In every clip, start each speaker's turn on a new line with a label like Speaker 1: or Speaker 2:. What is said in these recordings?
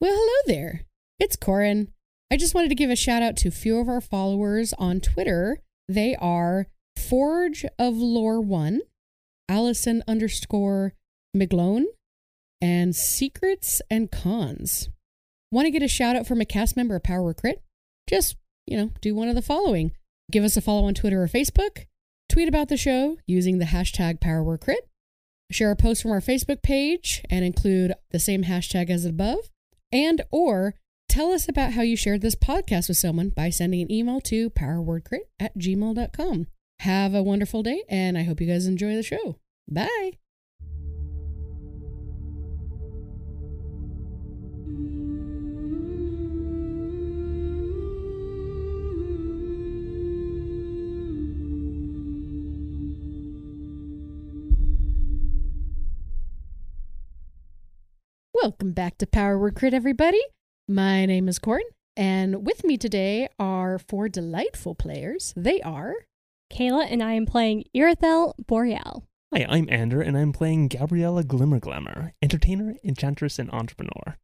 Speaker 1: Well, hello there. It's Corin. I just wanted to give a shout out to a few of our followers on Twitter. They are Forge of Lore One, Allison underscore McGlone, and Secrets and Cons. Want to get a shout out from a cast member of Power Crit? Just, you know, do one of the following. Give us a follow on Twitter or Facebook. Tweet about the show using the hashtag PowerWordCrit. Share a post from our Facebook page and include the same hashtag as above. And or tell us about how you shared this podcast with someone by sending an email to powerwordcrit at gmail.com. Have a wonderful day, and I hope you guys enjoy the show. Bye. Welcome back to Power Word Crit, everybody. My name is Corin, and with me today are four delightful players. They are
Speaker 2: Kayla and I am playing Irithel Boreal.
Speaker 3: Hi, I'm Ander, and I'm playing Gabriella Glimmer Glamour, entertainer, enchantress, and entrepreneur.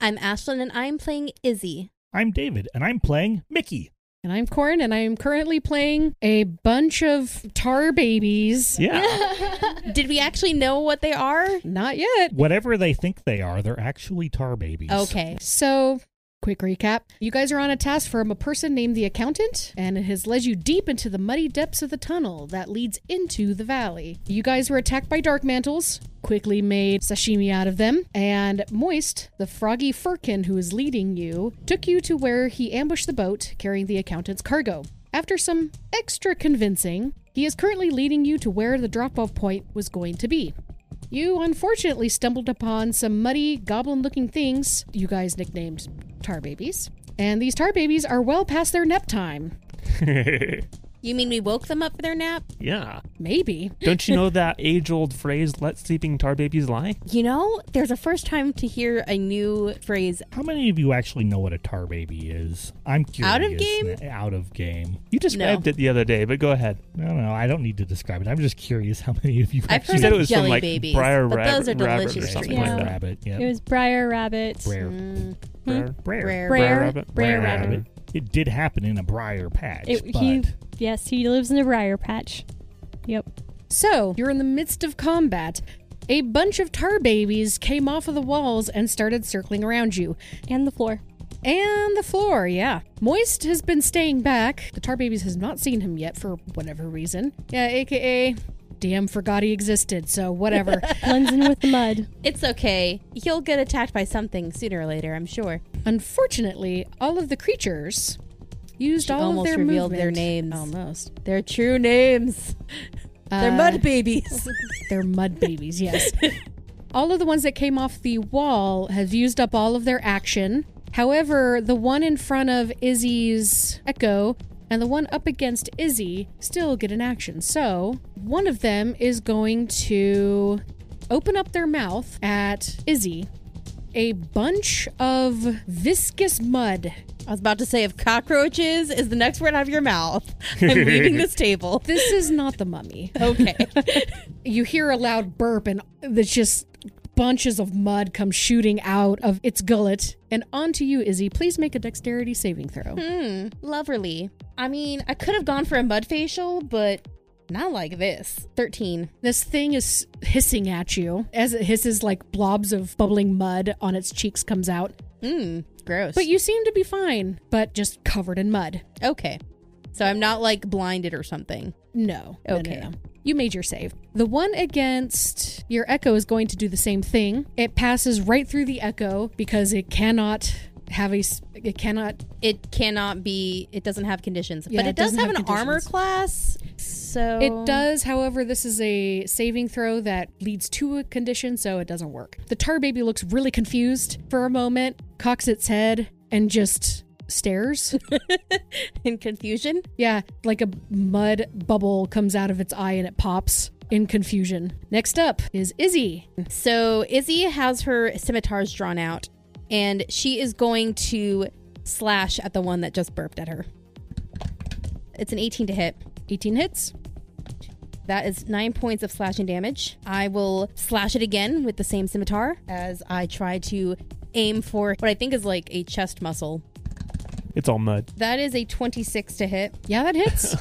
Speaker 4: I'm Ashlyn and I'm playing Izzy.
Speaker 5: I'm David, and I'm playing Mickey.
Speaker 1: And I'm Corin, and I am currently playing a bunch of tar babies.
Speaker 3: Yeah.
Speaker 4: Did we actually know what they are?
Speaker 1: Not yet.
Speaker 5: Whatever they think they are, they're actually tar babies.
Speaker 4: Okay.
Speaker 1: So, quick recap. You guys are on a task from a person named the Accountant, and it has led you deep into the muddy depths of the tunnel that leads into the valley. You guys were attacked by dark mantles, quickly made sashimi out of them, and Moist, the froggy furkin who is leading you, took you to where he ambushed the boat carrying the Accountant's cargo. After some extra convincing, he is currently leading you to where the drop off point was going to be. You unfortunately stumbled upon some muddy, goblin looking things you guys nicknamed tar babies. And these tar babies are well past their nap time.
Speaker 4: You mean we woke them up for their nap?
Speaker 3: yeah.
Speaker 1: Maybe.
Speaker 3: Don't you know that age old phrase, let sleeping tar babies lie?
Speaker 4: You know, there's a first time to hear a new phrase.
Speaker 5: How many of you actually know what a tar baby is? I'm curious.
Speaker 4: Out of game?
Speaker 5: n- Out of game.
Speaker 3: You described it the other day, but go ahead.
Speaker 5: I don't know. I don't need to describe it. I'm just curious how many of you
Speaker 4: I've
Speaker 3: You
Speaker 4: Those
Speaker 5: actually
Speaker 3: said
Speaker 4: are
Speaker 3: it was from
Speaker 4: jelly
Speaker 3: like
Speaker 4: babies,
Speaker 3: Briar
Speaker 4: but
Speaker 3: Rabbit,
Speaker 4: those are
Speaker 3: Rabbit or
Speaker 4: delicious
Speaker 3: something
Speaker 5: Briar
Speaker 2: Yeah.
Speaker 3: like that.
Speaker 5: rabbit. Yeah.
Speaker 2: It was Briar Rabbit.
Speaker 5: Briar.
Speaker 4: Mm,
Speaker 3: Briar,
Speaker 5: Briar.
Speaker 4: rare.
Speaker 2: Briar.
Speaker 3: rabbit.
Speaker 2: Briar
Speaker 5: rabbit.
Speaker 3: rabbit.
Speaker 5: It did happen in a briar patch,
Speaker 2: mm. It-
Speaker 5: but
Speaker 2: he, yes, he lives in the briar patch. Yep.
Speaker 1: So, you're in the midst of combat. A bunch of tar babies came off of the walls and started circling around you.
Speaker 2: And the floor.
Speaker 1: And the floor, yeah. Moist has been staying back. The tar babies has not seen him yet for whatever reason. Yeah, aka DM forgot he existed, so whatever.
Speaker 2: Blends in with the mud.
Speaker 4: It's okay. He'll get attacked by something sooner or later, I'm sure.
Speaker 1: Unfortunately, all of the creatures used
Speaker 4: She
Speaker 1: all
Speaker 4: almost
Speaker 1: of their
Speaker 4: revealed their
Speaker 1: movement-
Speaker 4: names.
Speaker 1: Almost.
Speaker 4: Their true names. They're
Speaker 1: Uh,
Speaker 4: mud babies.
Speaker 1: They're mud babies, yes. all of the ones that came off the wall have used up all of their action. However, the one in front of Izzy's Echo and the one up against Izzy still get an action. So, one of them is going to open up their mouth at Izzy. A bunch of viscous mud
Speaker 4: I was about to say if cockroaches is the next word out of your mouth. I'm leaving this table.
Speaker 1: This is not the mummy.
Speaker 4: Okay.
Speaker 1: You hear a loud burp, and there's just bunches of mud come shooting out of its gullet. And onto you, Izzy. Please make a dexterity saving throw.
Speaker 4: Hmm, loverly. I mean, I could have gone for a mud facial, but not like this. 13.
Speaker 1: This thing is hissing at you as it hisses like blobs of bubbling mud on its cheeks comes out.
Speaker 4: Hmm, gross.
Speaker 1: But you seem to be fine, but just covered in mud.
Speaker 4: Okay. So I'm not like blinded or something.
Speaker 1: No. no, no,
Speaker 4: Okay.
Speaker 1: no. You made your save. The one against your echo is going to do the same thing. It passes right through the echo because it cannot have a s- it cannot
Speaker 4: It cannot be, it doesn't have conditions.
Speaker 1: Yeah,
Speaker 4: but it,
Speaker 1: it
Speaker 4: does
Speaker 1: doesn't
Speaker 4: have,
Speaker 1: have
Speaker 4: an armor
Speaker 1: conditions.
Speaker 4: class. So.
Speaker 1: It does, however, this is a saving throw that leads to a condition, so it doesn't work. The tar baby looks really confused for a moment, cocks its head, and just stares.
Speaker 4: In confusion.
Speaker 1: yeah, like a mud bubble comes out of its eye and it pops in confusion. Next up is Izzy.
Speaker 4: So Izzy has her scimitars drawn out, and she is going to slash at the one that just burped at her. It's an 18 to hit.
Speaker 1: 18 hits.
Speaker 4: That is nine points of slashing damage. I will slash it again with the same scimitar as I try to aim for what I think is like a chest muscle.
Speaker 3: It's all mud.
Speaker 4: That is a 26 to hit
Speaker 1: Yeah, that hits.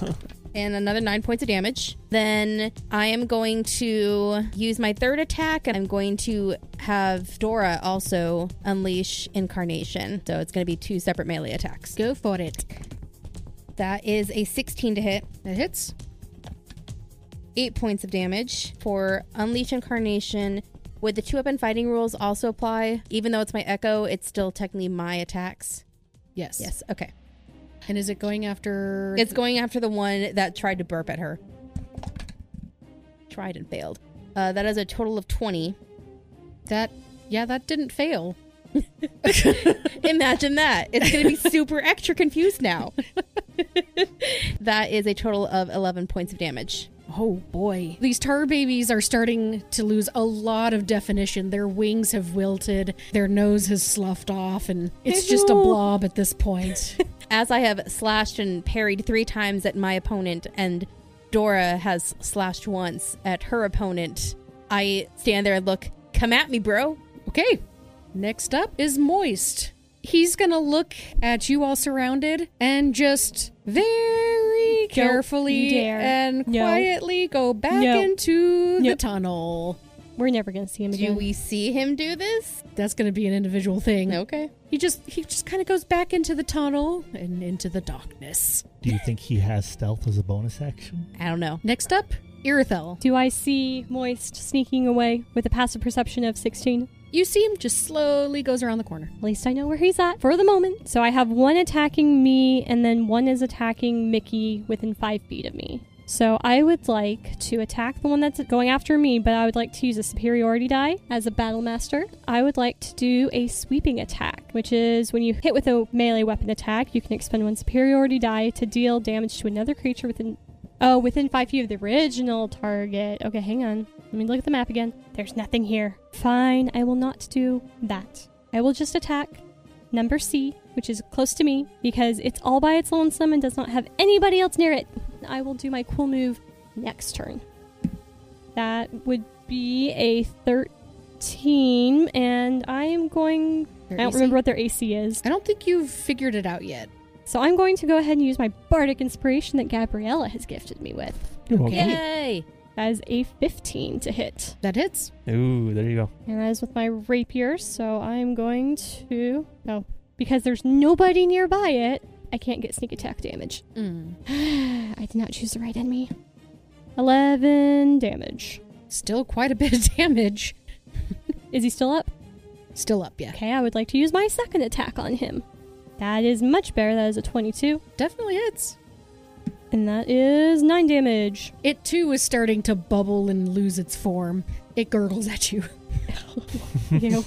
Speaker 4: and another nine points of damage. Then I am going to use my third attack and I'm going to have Dora also unleash Incarnation. So it's going to be two separate melee attacks.
Speaker 1: Go for it.
Speaker 4: That is a 16 to hit,
Speaker 1: That hits.
Speaker 4: eight points of damage for Unleash Incarnation. Would the two weapon fighting rules also apply? Even though it's my Echo, it's still technically my attacks.
Speaker 1: Yes.
Speaker 4: Yes, okay.
Speaker 1: And is it going after?
Speaker 4: It's going after the one that tried to burp at her. Tried and failed. Uh, that is a total of 20.
Speaker 1: that. Yeah, that didn't fail.
Speaker 4: Imagine that. It's going to be super extra confused now. that is a total of 11 points of damage.
Speaker 1: Oh boy. These tar babies are starting to lose a lot of definition. Their wings have wilted, their nose has sloughed off, and it's just a blob at this point.
Speaker 4: As I have slashed and parried three times at my opponent, and Dora has slashed once at her opponent, I stand there and look, come at me, bro.
Speaker 1: okay, next up is Moist. He's gonna look at you all surrounded and just very carefully
Speaker 6: dare.
Speaker 1: and
Speaker 6: No.
Speaker 1: quietly go back
Speaker 6: No.
Speaker 1: into the
Speaker 6: Nope.
Speaker 1: tunnel.
Speaker 6: We're never going to see him
Speaker 4: Do
Speaker 6: again.
Speaker 4: we see him do this?
Speaker 1: That's gonna be an individual thing.
Speaker 4: Okay.
Speaker 1: He just he just kind of goes back into the tunnel and into the darkness.
Speaker 5: Do you think he has stealth as a bonus action?
Speaker 4: I don't know.
Speaker 1: Next up, Irithel.
Speaker 6: Do I see Moist sneaking away with a passive perception of 16?
Speaker 1: You see him just slowly goes around the corner.
Speaker 6: At least I know where he's at for the moment. So I have one attacking me, and then one is attacking Mickey within five feet of me. So I would like to attack the one that's going after me, but I would like to use a superiority die as a battle master. I would like to do a sweeping attack, which is when you hit with a melee weapon attack, you can expend one superiority die to deal damage to another creature within. Oh, within five feet of the original target. Okay, hang on. Let me look at the map again. There's nothing here. Fine, I will not do that. I will just attack number C, which is close to me, because it's all by its lonesome and does not have anybody else near it. I will do my cool move next turn. That would be a 13, and I am going. I don't remember what their AC is.
Speaker 1: I don't think you've figured it out yet.
Speaker 6: So I'm going to go ahead and use my bardic inspiration that Gabriella has gifted me with.
Speaker 3: You're
Speaker 1: Okay.
Speaker 4: Yay.
Speaker 6: That is a 15 to hit.
Speaker 1: That hits.
Speaker 3: welcome. Ooh, there you go.
Speaker 6: And that is with my rapier, so I'm going to. No. Because there's nobody nearby it, I can't get sneak attack damage.
Speaker 1: Hmm.
Speaker 6: I did not choose the right enemy. 11 damage.
Speaker 1: Still quite a bit of damage.
Speaker 6: Is he still up?
Speaker 1: Still up, yeah.
Speaker 6: Okay, I would like to use my second attack on him. That is much better. That is a 22.
Speaker 1: Definitely hits.
Speaker 6: And that is 9 damage.
Speaker 1: It too is starting to bubble and lose its form. It gurgles at you.
Speaker 6: Ew.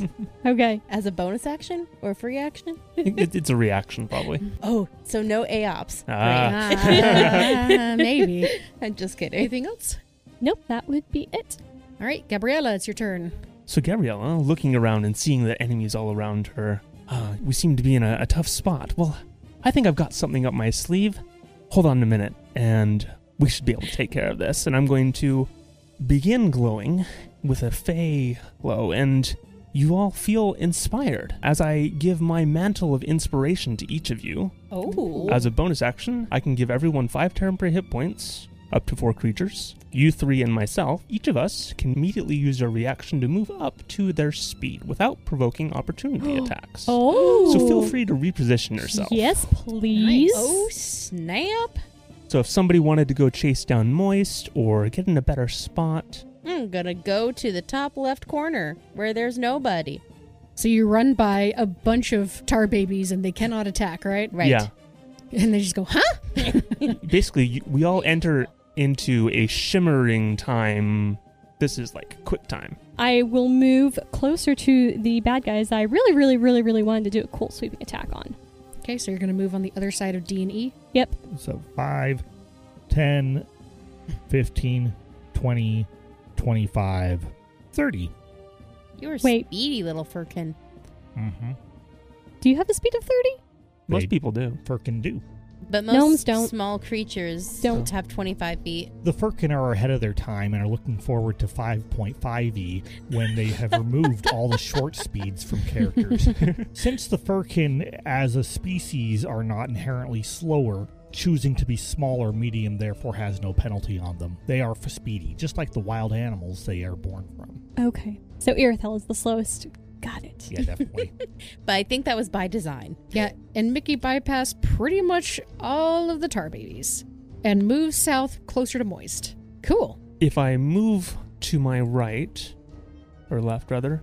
Speaker 6: okay.
Speaker 4: As a bonus action or a free action?
Speaker 3: It- it's a reaction, probably.
Speaker 4: Oh, so no AOPS.
Speaker 1: Uh-huh.
Speaker 3: Ah.
Speaker 1: Ah, maybe.
Speaker 4: I'm just kidding.
Speaker 1: Anything else?
Speaker 6: Nope, that would be it.
Speaker 1: All right, Gabriella, it's your turn.
Speaker 3: So Gabriella, looking around and seeing the enemies all around her, uh, we seem to be in a, a tough spot. Well, I think I've got something up my sleeve. Hold on a minute, and we should be able to take care of this. And I'm going to begin glowing with a fey glow, and you all feel inspired as I give my mantle of inspiration to each of you.
Speaker 4: Oh.
Speaker 3: As a bonus action, I can give everyone five temporary hit points, up to four creatures. You three and myself, each of us, can immediately use our reaction to move up to their speed without provoking opportunity attacks.
Speaker 6: Oh.
Speaker 3: So feel free to reposition yourself.
Speaker 6: Yes, please.
Speaker 4: Oh, snap.
Speaker 3: So if somebody wanted to go chase down Moist or get in a better spot,
Speaker 4: I'm going to go to the top left corner where there's nobody.
Speaker 1: So you run by a bunch of tar babies and they cannot attack, right?
Speaker 4: Right.
Speaker 3: yeah,
Speaker 1: And they just go, huh?
Speaker 3: basically you, we all enter into a shimmering time. This is like quick time.
Speaker 6: I will move closer to the bad guys that I really, really, really, really wanted to do a cool sweeping attack on.
Speaker 1: Okay, so you're going to move on the other side of D and E.
Speaker 6: Yep.
Speaker 5: So 5, 10, 15, 20, 25, 30.
Speaker 4: You're
Speaker 6: Wait.
Speaker 4: speedy little firkin.
Speaker 5: Mm-hmm.
Speaker 6: Do you have a speed of 30?
Speaker 3: Most
Speaker 5: They-
Speaker 3: people do.
Speaker 5: Firkin do.
Speaker 4: But most
Speaker 2: Gnomes don't.
Speaker 4: small creatures
Speaker 2: Don't.
Speaker 4: have 25 feet.
Speaker 5: The Firkin are ahead of their time and are looking forward to 5.5e E when they have removed all the short speeds from characters. Since the Firkin as a species are not inherently slower, choosing to be small or medium therefore has no penalty on them. They are for speedy, just like the wild animals they are born from.
Speaker 2: Okay. So Irithel is the slowest. Got it.
Speaker 5: Yeah, definitely.
Speaker 4: But I think that was by design.
Speaker 1: Yeah, and Mickey bypassed pretty much all of the tar babies and moved south closer to Moist. Cool.
Speaker 3: If I move to my right, or left rather,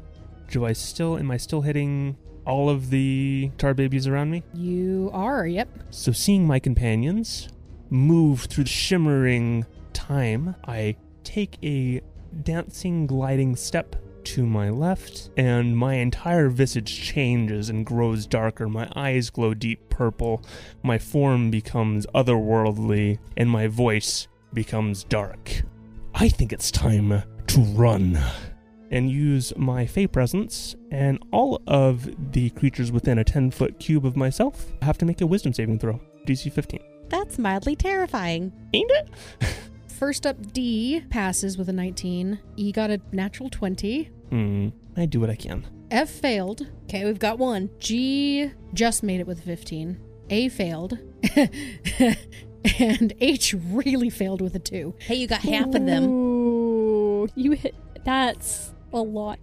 Speaker 3: do I still am I still hitting all of the tar babies around me?
Speaker 1: You are, yep.
Speaker 3: So seeing my companions move through the shimmering time, I take a dancing, gliding step to my left, and my entire visage changes and grows darker. My eyes glow deep purple, my form becomes otherworldly, and my voice becomes dark. I think it's time to run and use my Fey Presence, and all of the creatures within a 10 foot cube of myself have to make a Wisdom saving throw. DC 15.
Speaker 4: That's mildly terrifying.
Speaker 3: Ain't it?
Speaker 1: First up, D passes with a 19. E got a natural 20.
Speaker 3: Hmm. I do what I can.
Speaker 1: F failed.
Speaker 4: Okay, we've got one.
Speaker 1: G just made it with 15. A failed. and H really failed with a 2.
Speaker 4: Hey, you got half of them.
Speaker 2: Ooh, you hit. That's a lot.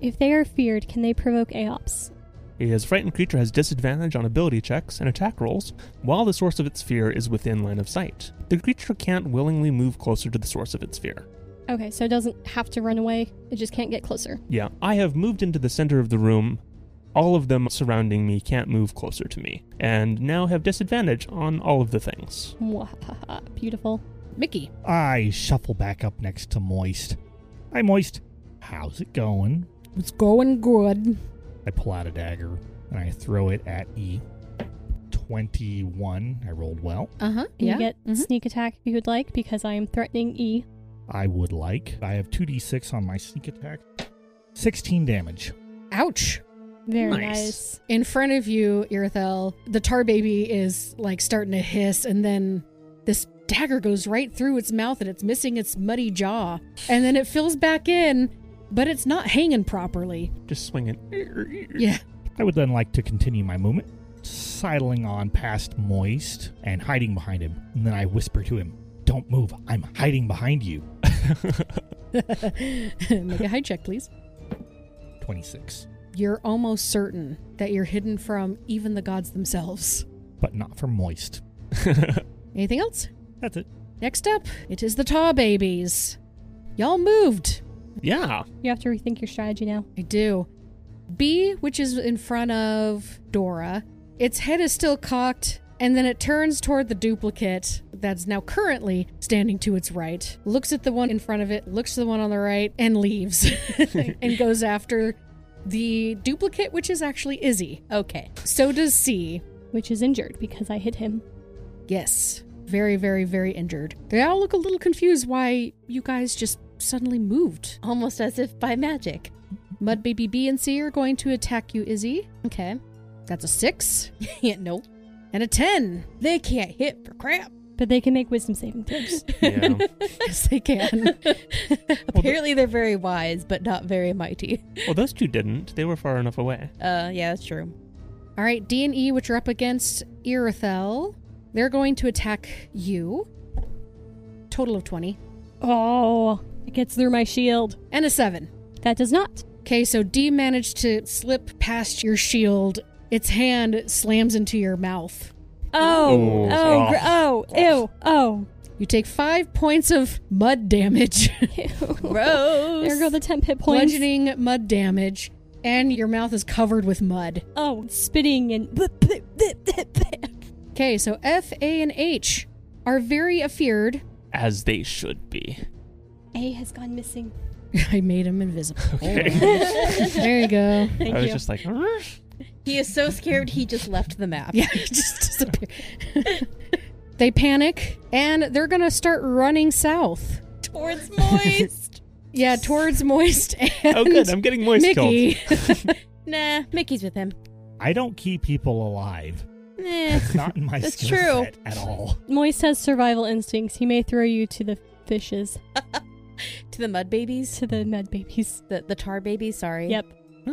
Speaker 2: If they are feared, can they provoke Aeops?
Speaker 3: Is frightened creature has disadvantage on ability checks and attack rolls while the source of its fear is within line of sight. The creature can't willingly move closer to the source of its fear.
Speaker 2: Okay, so it doesn't have to run away. It just can't get closer.
Speaker 3: Yeah, I have moved into the center of the room. All of them surrounding me can't move closer to me, and now have disadvantage on all of the things.
Speaker 2: Mwahaha, Beautiful.
Speaker 1: Mickey,
Speaker 5: I shuffle back up next to Moist. Hi, Moist. How's it going?
Speaker 1: it's going good.
Speaker 5: I pull out a dagger and I throw it at E. 21. I rolled well.
Speaker 1: Uh huh.
Speaker 2: And
Speaker 1: Yeah.
Speaker 2: You get
Speaker 4: mm-hmm.
Speaker 1: Mhm.
Speaker 2: sneak attack if you would like because I am threatening E.
Speaker 5: I would like. I have 2d6 on my sneak attack. 16 damage.
Speaker 1: Ouch.
Speaker 2: Very
Speaker 3: Nice.
Speaker 2: nice.
Speaker 1: In front of you, Irithel, the tar baby is like starting to hiss, and then this dagger goes right through its mouth and it's missing its muddy jaw. And then it fills back in, but it's not hanging properly.
Speaker 3: Just swing it.
Speaker 1: Yeah.
Speaker 5: I would then like to continue my movement, sidling on past Moist and hiding behind him. And then I whisper to him, Don't move. I'm hiding behind you.
Speaker 1: Make a hide check, please.
Speaker 5: 26.
Speaker 1: You're almost certain that you're hidden from even the gods themselves.
Speaker 5: But not from Moist.
Speaker 1: Anything else?
Speaker 5: That's it.
Speaker 1: Next up, it is the tar babies. Y'all moved.
Speaker 3: yeah.
Speaker 2: You have to rethink your strategy now.
Speaker 1: I do. B, which is in front of Dora, its head is still cocked, and then it turns toward the duplicate that's now currently standing to its right, looks at the one in front of it, looks to the one on the right, and leaves and goes after the duplicate, which is actually Izzy.
Speaker 4: Okay.
Speaker 1: So does C.
Speaker 2: Which is injured because I hit him.
Speaker 1: Yes, very, very, very injured. They all look a little confused why you guys just suddenly moved.
Speaker 4: Almost as if by magic.
Speaker 1: Mud Baby B and C are going to attack you, Izzy.
Speaker 4: Okay.
Speaker 1: That's a six
Speaker 4: yeah, nope.
Speaker 1: and a ten.
Speaker 4: They can't hit for crap.
Speaker 2: But they can make wisdom saving throws.
Speaker 3: Yeah.
Speaker 1: Yes, they can.
Speaker 4: Apparently they're very wise, but not very mighty.
Speaker 3: Well, those two didn't. They were far enough away.
Speaker 4: Uh, yeah, that's true.
Speaker 1: All right, D and E, which are up against Irithel, they're going to attack you. Total of twenty
Speaker 2: oh, it gets through my shield.
Speaker 1: and a seven.
Speaker 2: That does not.
Speaker 1: Okay, so D managed to slip past your shield. Its hand slams into your mouth.
Speaker 2: Oh,
Speaker 3: Ooh.
Speaker 2: oh, gr- oh, ew, oh.
Speaker 1: You take five points of mud damage,
Speaker 6: oh.
Speaker 4: Gross.
Speaker 2: There go the temp hit points.
Speaker 1: bludgeoning mud damage, and your mouth is covered with mud.
Speaker 2: Oh, spitting and.
Speaker 1: Okay, so F, A, and H are very afeared.
Speaker 3: As they should be.
Speaker 2: A has gone missing.
Speaker 1: I made him invisible.
Speaker 3: Okay.
Speaker 1: There you go.
Speaker 2: Thank
Speaker 3: I was
Speaker 2: you.
Speaker 3: just like, Oh, "Arrgh."
Speaker 4: he is so scared he just left the map.
Speaker 1: Yeah, it just disappeared. they panic and they're going to start running south.
Speaker 4: Towards moist.
Speaker 1: Yeah, towards Moist and
Speaker 3: oh, good. I'm getting moist cold.
Speaker 1: Mickey.
Speaker 4: nah, Mickey's with him.
Speaker 5: I don't keep people alive.
Speaker 4: Eh.
Speaker 5: Not in my
Speaker 4: That's true.
Speaker 5: skill set at all.
Speaker 6: Moist has survival instincts. He may throw you to the fishes,
Speaker 4: to the mud babies,
Speaker 6: to the mud babies.
Speaker 4: the, the tar babies, sorry.
Speaker 6: Yep.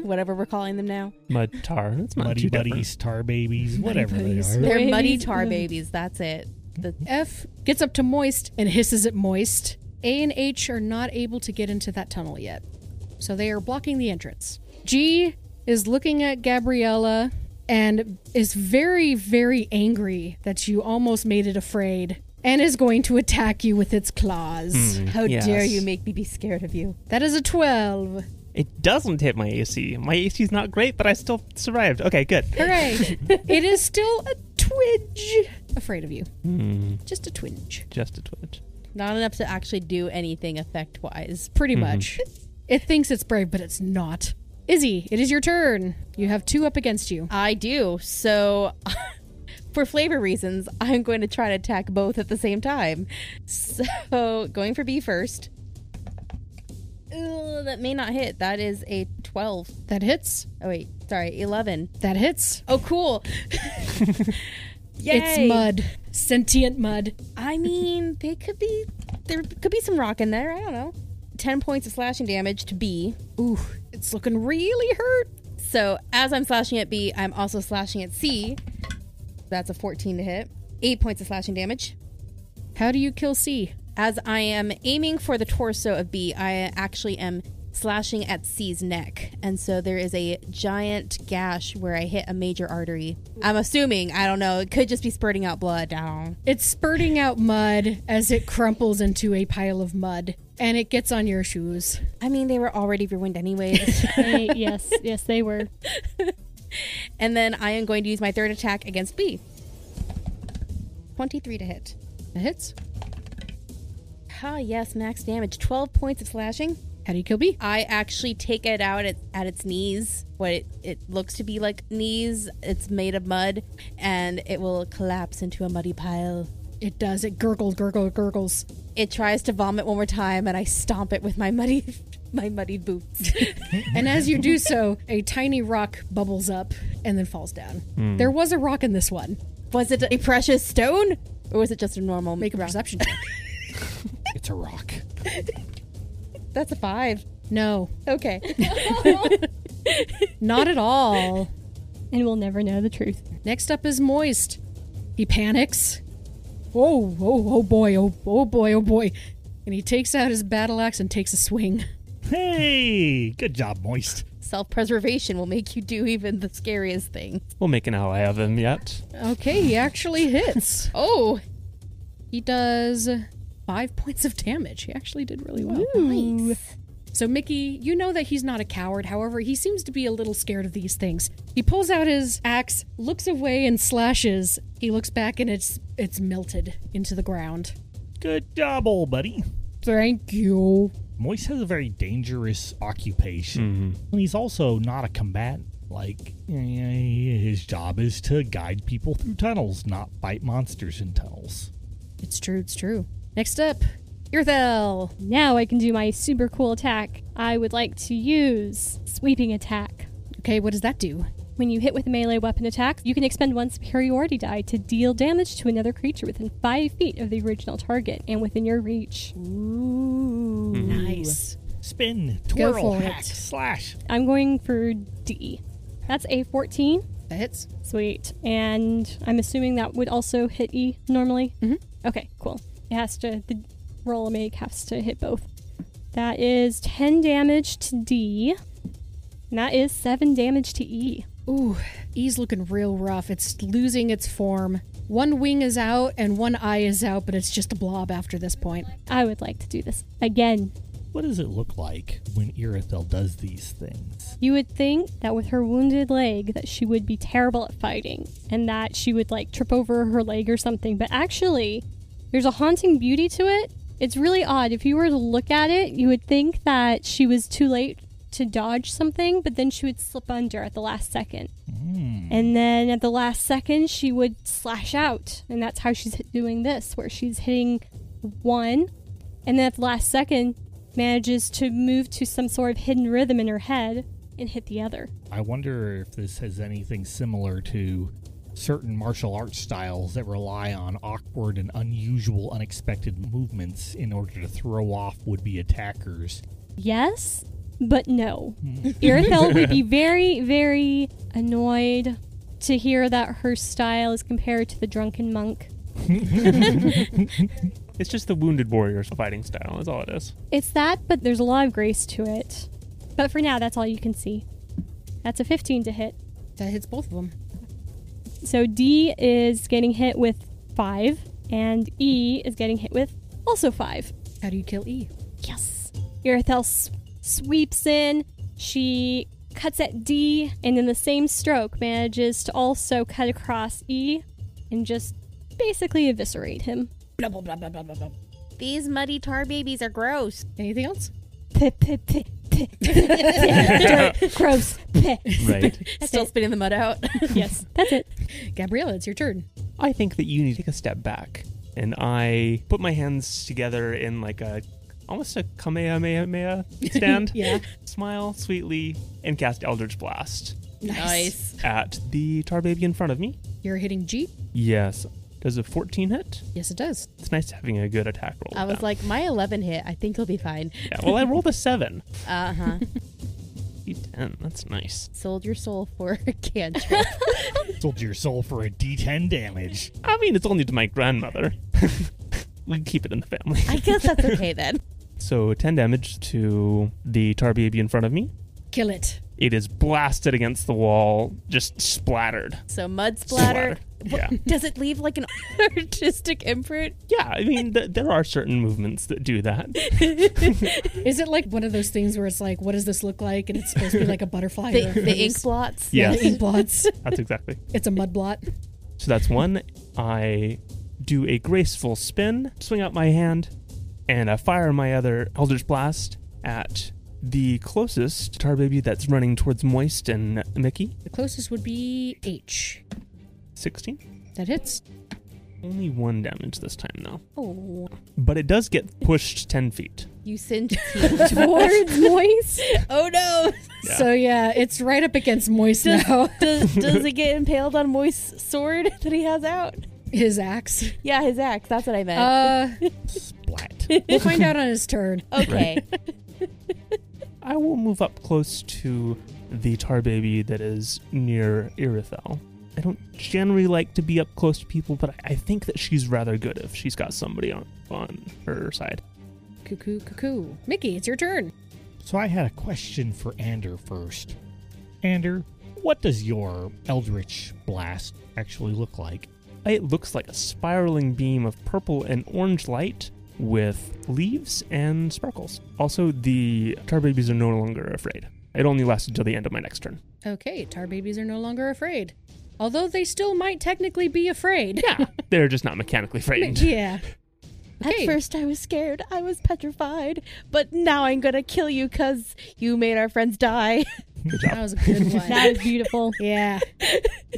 Speaker 4: Whatever we're calling them now.
Speaker 3: Mud tar. That's not
Speaker 5: Muddy
Speaker 3: too different.
Speaker 5: buddies, tar babies, whatever they
Speaker 6: buddies.
Speaker 5: are.
Speaker 4: They're
Speaker 6: Babies.
Speaker 4: muddy tar babies. That's it. The,
Speaker 1: F gets up to Moist and hisses at Moist. A and H are not able to get into that tunnel yet, so they are blocking the entrance. G is looking at Gabriella and is very, very angry that you almost made it afraid and is going to attack you with its
Speaker 3: Hmm.
Speaker 1: claws.
Speaker 4: how dare
Speaker 3: yes.
Speaker 4: you make me be scared of you?
Speaker 1: That is a 12.
Speaker 3: It doesn't hit my AC. My AC's not great, but I still survived. Okay, good.
Speaker 1: Hooray! it is still a twinge afraid of you.
Speaker 3: Hmm,
Speaker 1: Just a twinge.
Speaker 3: just a twitch.
Speaker 4: Not enough to actually do anything effect wise.
Speaker 1: Pretty much. It thinks it's brave, but it's not. Izzy, it is your turn. You have two up against you.
Speaker 4: I do. So, for flavor reasons, I'm going to try to attack both at the same time. So, going for B first. Ooh, that may not hit. That is a 12.
Speaker 1: That hits.
Speaker 4: Oh, wait. Sorry, 11.
Speaker 1: That hits.
Speaker 4: Oh, cool. Yay.
Speaker 1: It's mud. Sentient mud.
Speaker 4: I mean, they could be. There could be some rock in there. I don't know. 10 points of slashing damage to B.
Speaker 1: Ooh, it's looking really hurt.
Speaker 4: So, as I'm slashing at B, I'm also slashing at C. That's a 14 to hit. 8 points of slashing damage.
Speaker 1: How do you kill C?
Speaker 4: As I am aiming for the torso of B, I actually am slashing at C's neck. And so there is a giant gash where I hit a major artery. I'm assuming, I don't know, it could just be spurting out blood. I don't know.
Speaker 1: It's spurting out mud as it crumples into a pile of mud and it gets on your shoes.
Speaker 4: I mean, they were already ruined anyways.
Speaker 6: Right, yes, yes, they were.
Speaker 4: and then I am going to use my third attack against B. 23 to hit.
Speaker 1: That hits.
Speaker 4: Ah, yes, max damage. 12 points of slashing.
Speaker 1: How do you kill B?
Speaker 4: I actually take it out at, at its knees, what it, it looks to be like knees. It's made of mud, and it will collapse into a muddy pile.
Speaker 1: It does. It gurgles, gurgles, gurgles.
Speaker 4: It tries to vomit one more time, and I stomp it with my muddy, my muddy boots.
Speaker 1: And as you do so, a tiny rock bubbles up and then falls down. There was a rock in this one.
Speaker 4: was it a precious stone, or was it just a normal?
Speaker 1: Make a perception check.
Speaker 5: It's a rock.
Speaker 4: That's a five.
Speaker 1: No,
Speaker 4: Okay.
Speaker 1: not at all.
Speaker 6: And we'll never know the truth.
Speaker 1: Next up is Moist. He panics. Oh, oh, oh boy, oh, oh boy, oh boy. And he takes out his battle axe and takes a swing.
Speaker 5: Hey, good job, Moist.
Speaker 4: Self-preservation will make you do even the scariest thing.
Speaker 3: We'll make an ally of him yet.
Speaker 1: Okay, he actually hits.
Speaker 4: Oh,
Speaker 1: he does five points of damage. He actually did really well.
Speaker 4: nice.
Speaker 1: So, Mickey, you know that he's not a coward. However, he seems to be a little scared of these things. He pulls out his axe, looks away, and slashes. He looks back, and it's it's melted into the ground.
Speaker 5: Good job, old buddy.
Speaker 1: Thank you.
Speaker 5: Moist has a very dangerous occupation. And he's also not a combatant. Like, eh, his job is to guide people through tunnels, not fight monsters in tunnels.
Speaker 1: It's true. It's true. Next up, Irthel.
Speaker 6: Now I can do my super cool attack. I would like to use sweeping attack.
Speaker 1: Okay, what does that do?
Speaker 6: When you hit with a melee weapon attack, you can expend one superiority die to deal damage to another creature within five feet of the original target and within your reach.
Speaker 1: Nice.
Speaker 5: Spin, twirl,
Speaker 1: for
Speaker 5: hack,
Speaker 1: it.
Speaker 5: slash.
Speaker 6: I'm going for D. That's a 14.
Speaker 1: That hits.
Speaker 6: Sweet. And I'm assuming that would also hit E normally? Mm-hmm. Okay, cool. It has to, the roll I make has to hit both. That is 10 damage to D. And that is 7 damage to E.
Speaker 1: Ooh, E's looking real rough. It's losing its form. One wing is out and one eye is out, but it's just a blob after this point.
Speaker 6: I would like to do this again.
Speaker 5: What does it look like when Irithel does these things?
Speaker 6: You would think that with her wounded leg that she would be terrible at fighting and that she would like trip over her leg or something, but actually there's a haunting beauty to it. It's really odd. If you were to look at it, you would think that she was too late to dodge something, but then she would slip under at the last second. And then at the last second, she would slash out. And that's how she's hit- doing this, where she's hitting one and then at the last second manages to move to some sort of hidden rhythm in her head and hit the other.
Speaker 5: I wonder if this has anything similar to certain martial arts styles that rely on awkward and unusual, unexpected movements in order to throw off would be attackers.
Speaker 2: Yes, but no. Irithel would be very, very annoyed to hear that her style is compared to the drunken monk.
Speaker 3: It's just the wounded warrior's fighting style. That's all it is.
Speaker 2: It's that, but there's a lot of grace to it. But for now, that's all you can see. That's a 15 to hit.
Speaker 1: That hits both of them.
Speaker 2: So D is getting hit with 5, and E is getting hit with also 5.
Speaker 1: How do you kill E?
Speaker 2: Yes. Irithel s- sweeps in. She cuts at D and in the same stroke manages to also cut across E and just basically eviscerate him.
Speaker 1: Blah, blah, blah, blah, blah, blah, blah.
Speaker 4: These muddy tar babies are gross.
Speaker 1: Anything else?
Speaker 2: P- p- p- p- Dirt. Gross. P-
Speaker 3: Right.
Speaker 2: That's
Speaker 4: Still
Speaker 2: it.
Speaker 4: spitting the mud out.
Speaker 2: Yes, that's it.
Speaker 1: Gabriella, it's your turn.
Speaker 3: I think that you need to take a step back. And I put my hands together in like a almost a kamehameha stand.
Speaker 1: Yeah.
Speaker 3: Smile sweetly and cast Eldritch Blast
Speaker 1: Nice.
Speaker 3: at the tar baby in front of me.
Speaker 1: You're hitting G?
Speaker 3: Yes. Does a 14 hit?
Speaker 1: Yes, it does.
Speaker 3: It's nice having a good attack roll.
Speaker 4: I
Speaker 3: with
Speaker 4: was
Speaker 3: that.
Speaker 4: like, my 11 hit. I think he'll be fine.
Speaker 3: Yeah, well, I rolled a 7.
Speaker 4: Uh huh.
Speaker 3: D10. That's nice.
Speaker 4: Sold your soul for a cantrip.
Speaker 5: Sold your soul for a D10 damage.
Speaker 3: I mean, it's only to my grandmother. we can keep it in the family.
Speaker 4: I guess that's okay then.
Speaker 3: So 10 damage to the tar baby in front of me.
Speaker 1: Kill it.
Speaker 3: It is blasted against the wall, just splattered.
Speaker 4: So mud splatter.
Speaker 3: Splatter. Yeah.
Speaker 4: Does it leave like an artistic imprint?
Speaker 3: Yeah, I mean, th- there are certain movements that do that.
Speaker 1: Is it like one of those things where it's like, what does this look like? And it's supposed to be like a butterfly.
Speaker 4: The,
Speaker 1: or a
Speaker 4: the ink
Speaker 1: fungus.
Speaker 4: blots.
Speaker 1: Yeah,
Speaker 3: Yes.
Speaker 1: the ink blots.
Speaker 3: That's exactly.
Speaker 1: It's a mud blot.
Speaker 3: So that's one. I do a graceful spin, swing out my hand, and I fire my other Eldritch Blast at the closest tar baby that's running towards Moist and Mickey.
Speaker 1: The closest would be H.
Speaker 3: 16.
Speaker 1: That hits.
Speaker 3: Only one damage this time, though.
Speaker 4: Oh,
Speaker 3: But it does get pushed 10 feet.
Speaker 4: you singed
Speaker 2: Towards moist.
Speaker 4: Oh no!
Speaker 3: Yeah.
Speaker 1: So yeah, it's right up against Moist now.
Speaker 4: Does, does it get impaled on Moist's sword that he has out?
Speaker 1: His axe.
Speaker 4: Yeah, his axe. That's what I meant.
Speaker 1: Uh,
Speaker 5: Splat.
Speaker 1: we'll find out on his turn.
Speaker 4: okay.
Speaker 3: I will move up close to the tar baby that is near Irithel. I don't generally like to be up close to people, but I- I think that she's rather good if she's got somebody on, on her side.
Speaker 1: Cuckoo, cuckoo. Mickey, it's your turn.
Speaker 5: So I had a question for Ander first. Ander, what does your Eldritch Blast actually look like?
Speaker 3: It looks like a spiraling beam of purple and orange light with leaves and sparkles. Also, the tar babies are no longer afraid. It only lasts until the end of my next turn.
Speaker 1: Okay, tar babies are no longer afraid. Although they still might technically be afraid.
Speaker 3: Yeah, they're just not mechanically frightened.
Speaker 1: yeah.
Speaker 4: At
Speaker 1: Okay.
Speaker 4: first, I was scared. I was petrified. But now I'm gonna kill you because you made our friends die.
Speaker 3: Good
Speaker 1: That
Speaker 3: job.
Speaker 1: was a good one.
Speaker 2: That is beautiful.
Speaker 1: yeah.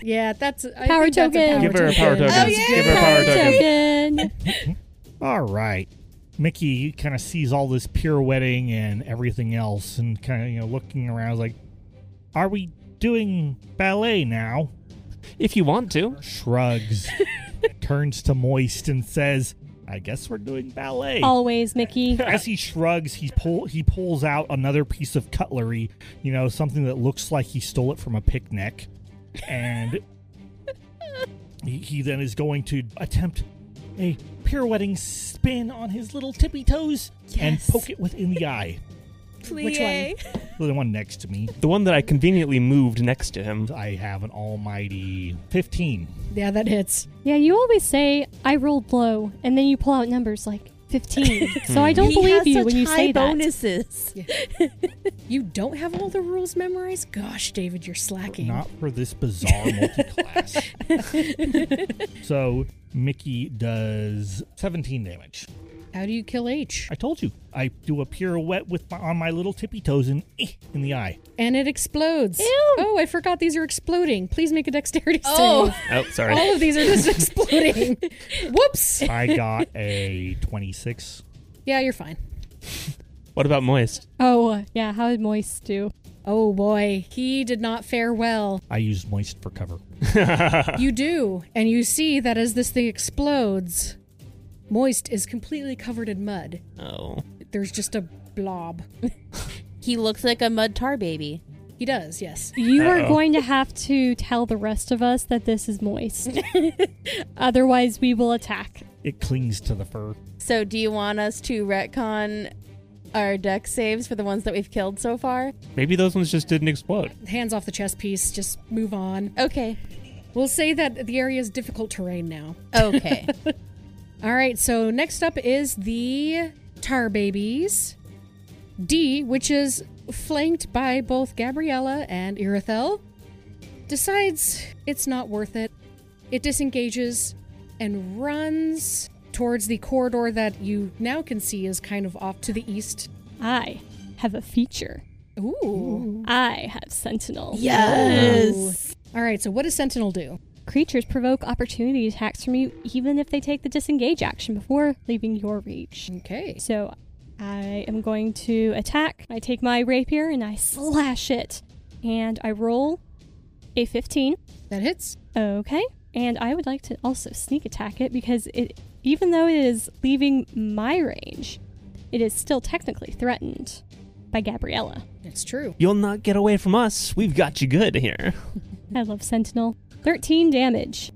Speaker 1: Yeah, that's I
Speaker 2: Power
Speaker 1: think that's a
Speaker 2: token.
Speaker 1: power
Speaker 3: Give her a power token.
Speaker 4: Oh, yeah,
Speaker 3: Give her a power token.
Speaker 2: Token.
Speaker 5: All right. Mickey kind of sees all this pirouetting and everything else and kind of, you know, looking around like, are we doing ballet now?
Speaker 3: If you want to.
Speaker 5: Shrugs, turns to Moist and says, I guess we're doing ballet.
Speaker 2: Always, Mickey.
Speaker 5: As he shrugs, he pull he pulls out another piece of cutlery, you know, something that looks like he stole it from a picnic, and he, he then is going to attempt a pirouetting spin on his little tippy toes and
Speaker 4: Yes.
Speaker 5: poke it within the eye.
Speaker 1: Which one?
Speaker 5: The one next to me,
Speaker 3: The one that I conveniently moved next to him.
Speaker 5: I have an almighty fifteen.
Speaker 1: Yeah, that hits.
Speaker 2: Yeah, you always say I rolled low, and then you pull out numbers like 15. so I don't
Speaker 4: He
Speaker 2: believe
Speaker 4: has
Speaker 2: you
Speaker 4: such
Speaker 2: when you
Speaker 4: high
Speaker 2: say that.
Speaker 4: bonuses.
Speaker 1: You don't have all the rules memorized? Gosh, David, you're slacking.
Speaker 5: Not for this bizarre multi-class. so Mickey does seventeen damage.
Speaker 1: How do you kill H?
Speaker 5: I told you, I do a pirouette with my, on my little tippy toes and eh, in the eye.
Speaker 1: And it explodes.
Speaker 2: Ew.
Speaker 1: Oh, I forgot these are exploding. Please make a dexterity
Speaker 4: Oh.
Speaker 1: save.
Speaker 3: Oh, sorry.
Speaker 1: All of these are just exploding. Whoops.
Speaker 5: I got a 26.
Speaker 1: Yeah, you're fine.
Speaker 3: What about Moist?
Speaker 2: Oh, yeah. How did Moist do?
Speaker 1: Oh boy, he did not fare well.
Speaker 5: I used moist for cover.
Speaker 1: You do, and you see that as this thing explodes, Moist is completely covered in mud.
Speaker 3: Oh.
Speaker 1: There's just a blob.
Speaker 4: He looks like a mud tar baby.
Speaker 1: He does, yes.
Speaker 2: You are
Speaker 3: Uh-oh.
Speaker 2: going to have to tell the rest of us that this is Moist. Otherwise, we will attack.
Speaker 5: It clings to the fur.
Speaker 4: So, do you want us to retcon our deck saves for the ones that we've killed so far?
Speaker 3: Maybe those ones just didn't explode.
Speaker 1: Hands off the chess piece, just move on.
Speaker 4: Okay.
Speaker 1: We'll say that the area is difficult terrain now.
Speaker 4: Okay.
Speaker 1: All right, so next up is the Tar Babies. D, which is flanked by both Gabriella and Irithel, decides it's not worth it. It disengages and runs towards the corridor that you now can see is kind of off to the east.
Speaker 2: I have a feature.
Speaker 1: Ooh.
Speaker 2: I have Sentinel.
Speaker 4: yes.
Speaker 1: All right, so what does Sentinel do?
Speaker 2: Creatures provoke opportunity attacks from you even if they take the disengage action before leaving your reach.
Speaker 1: Okay.
Speaker 2: So I am going to attack. I take my rapier and I slash it. And I roll a 15.
Speaker 1: That hits.
Speaker 2: Okay. And I would like to also sneak attack it because it even though it is leaving my range, it is still technically threatened by Gabriella.
Speaker 1: That's true.
Speaker 3: You'll not get away from us. We've got you good here.
Speaker 2: I love Sentinel. 13 damage.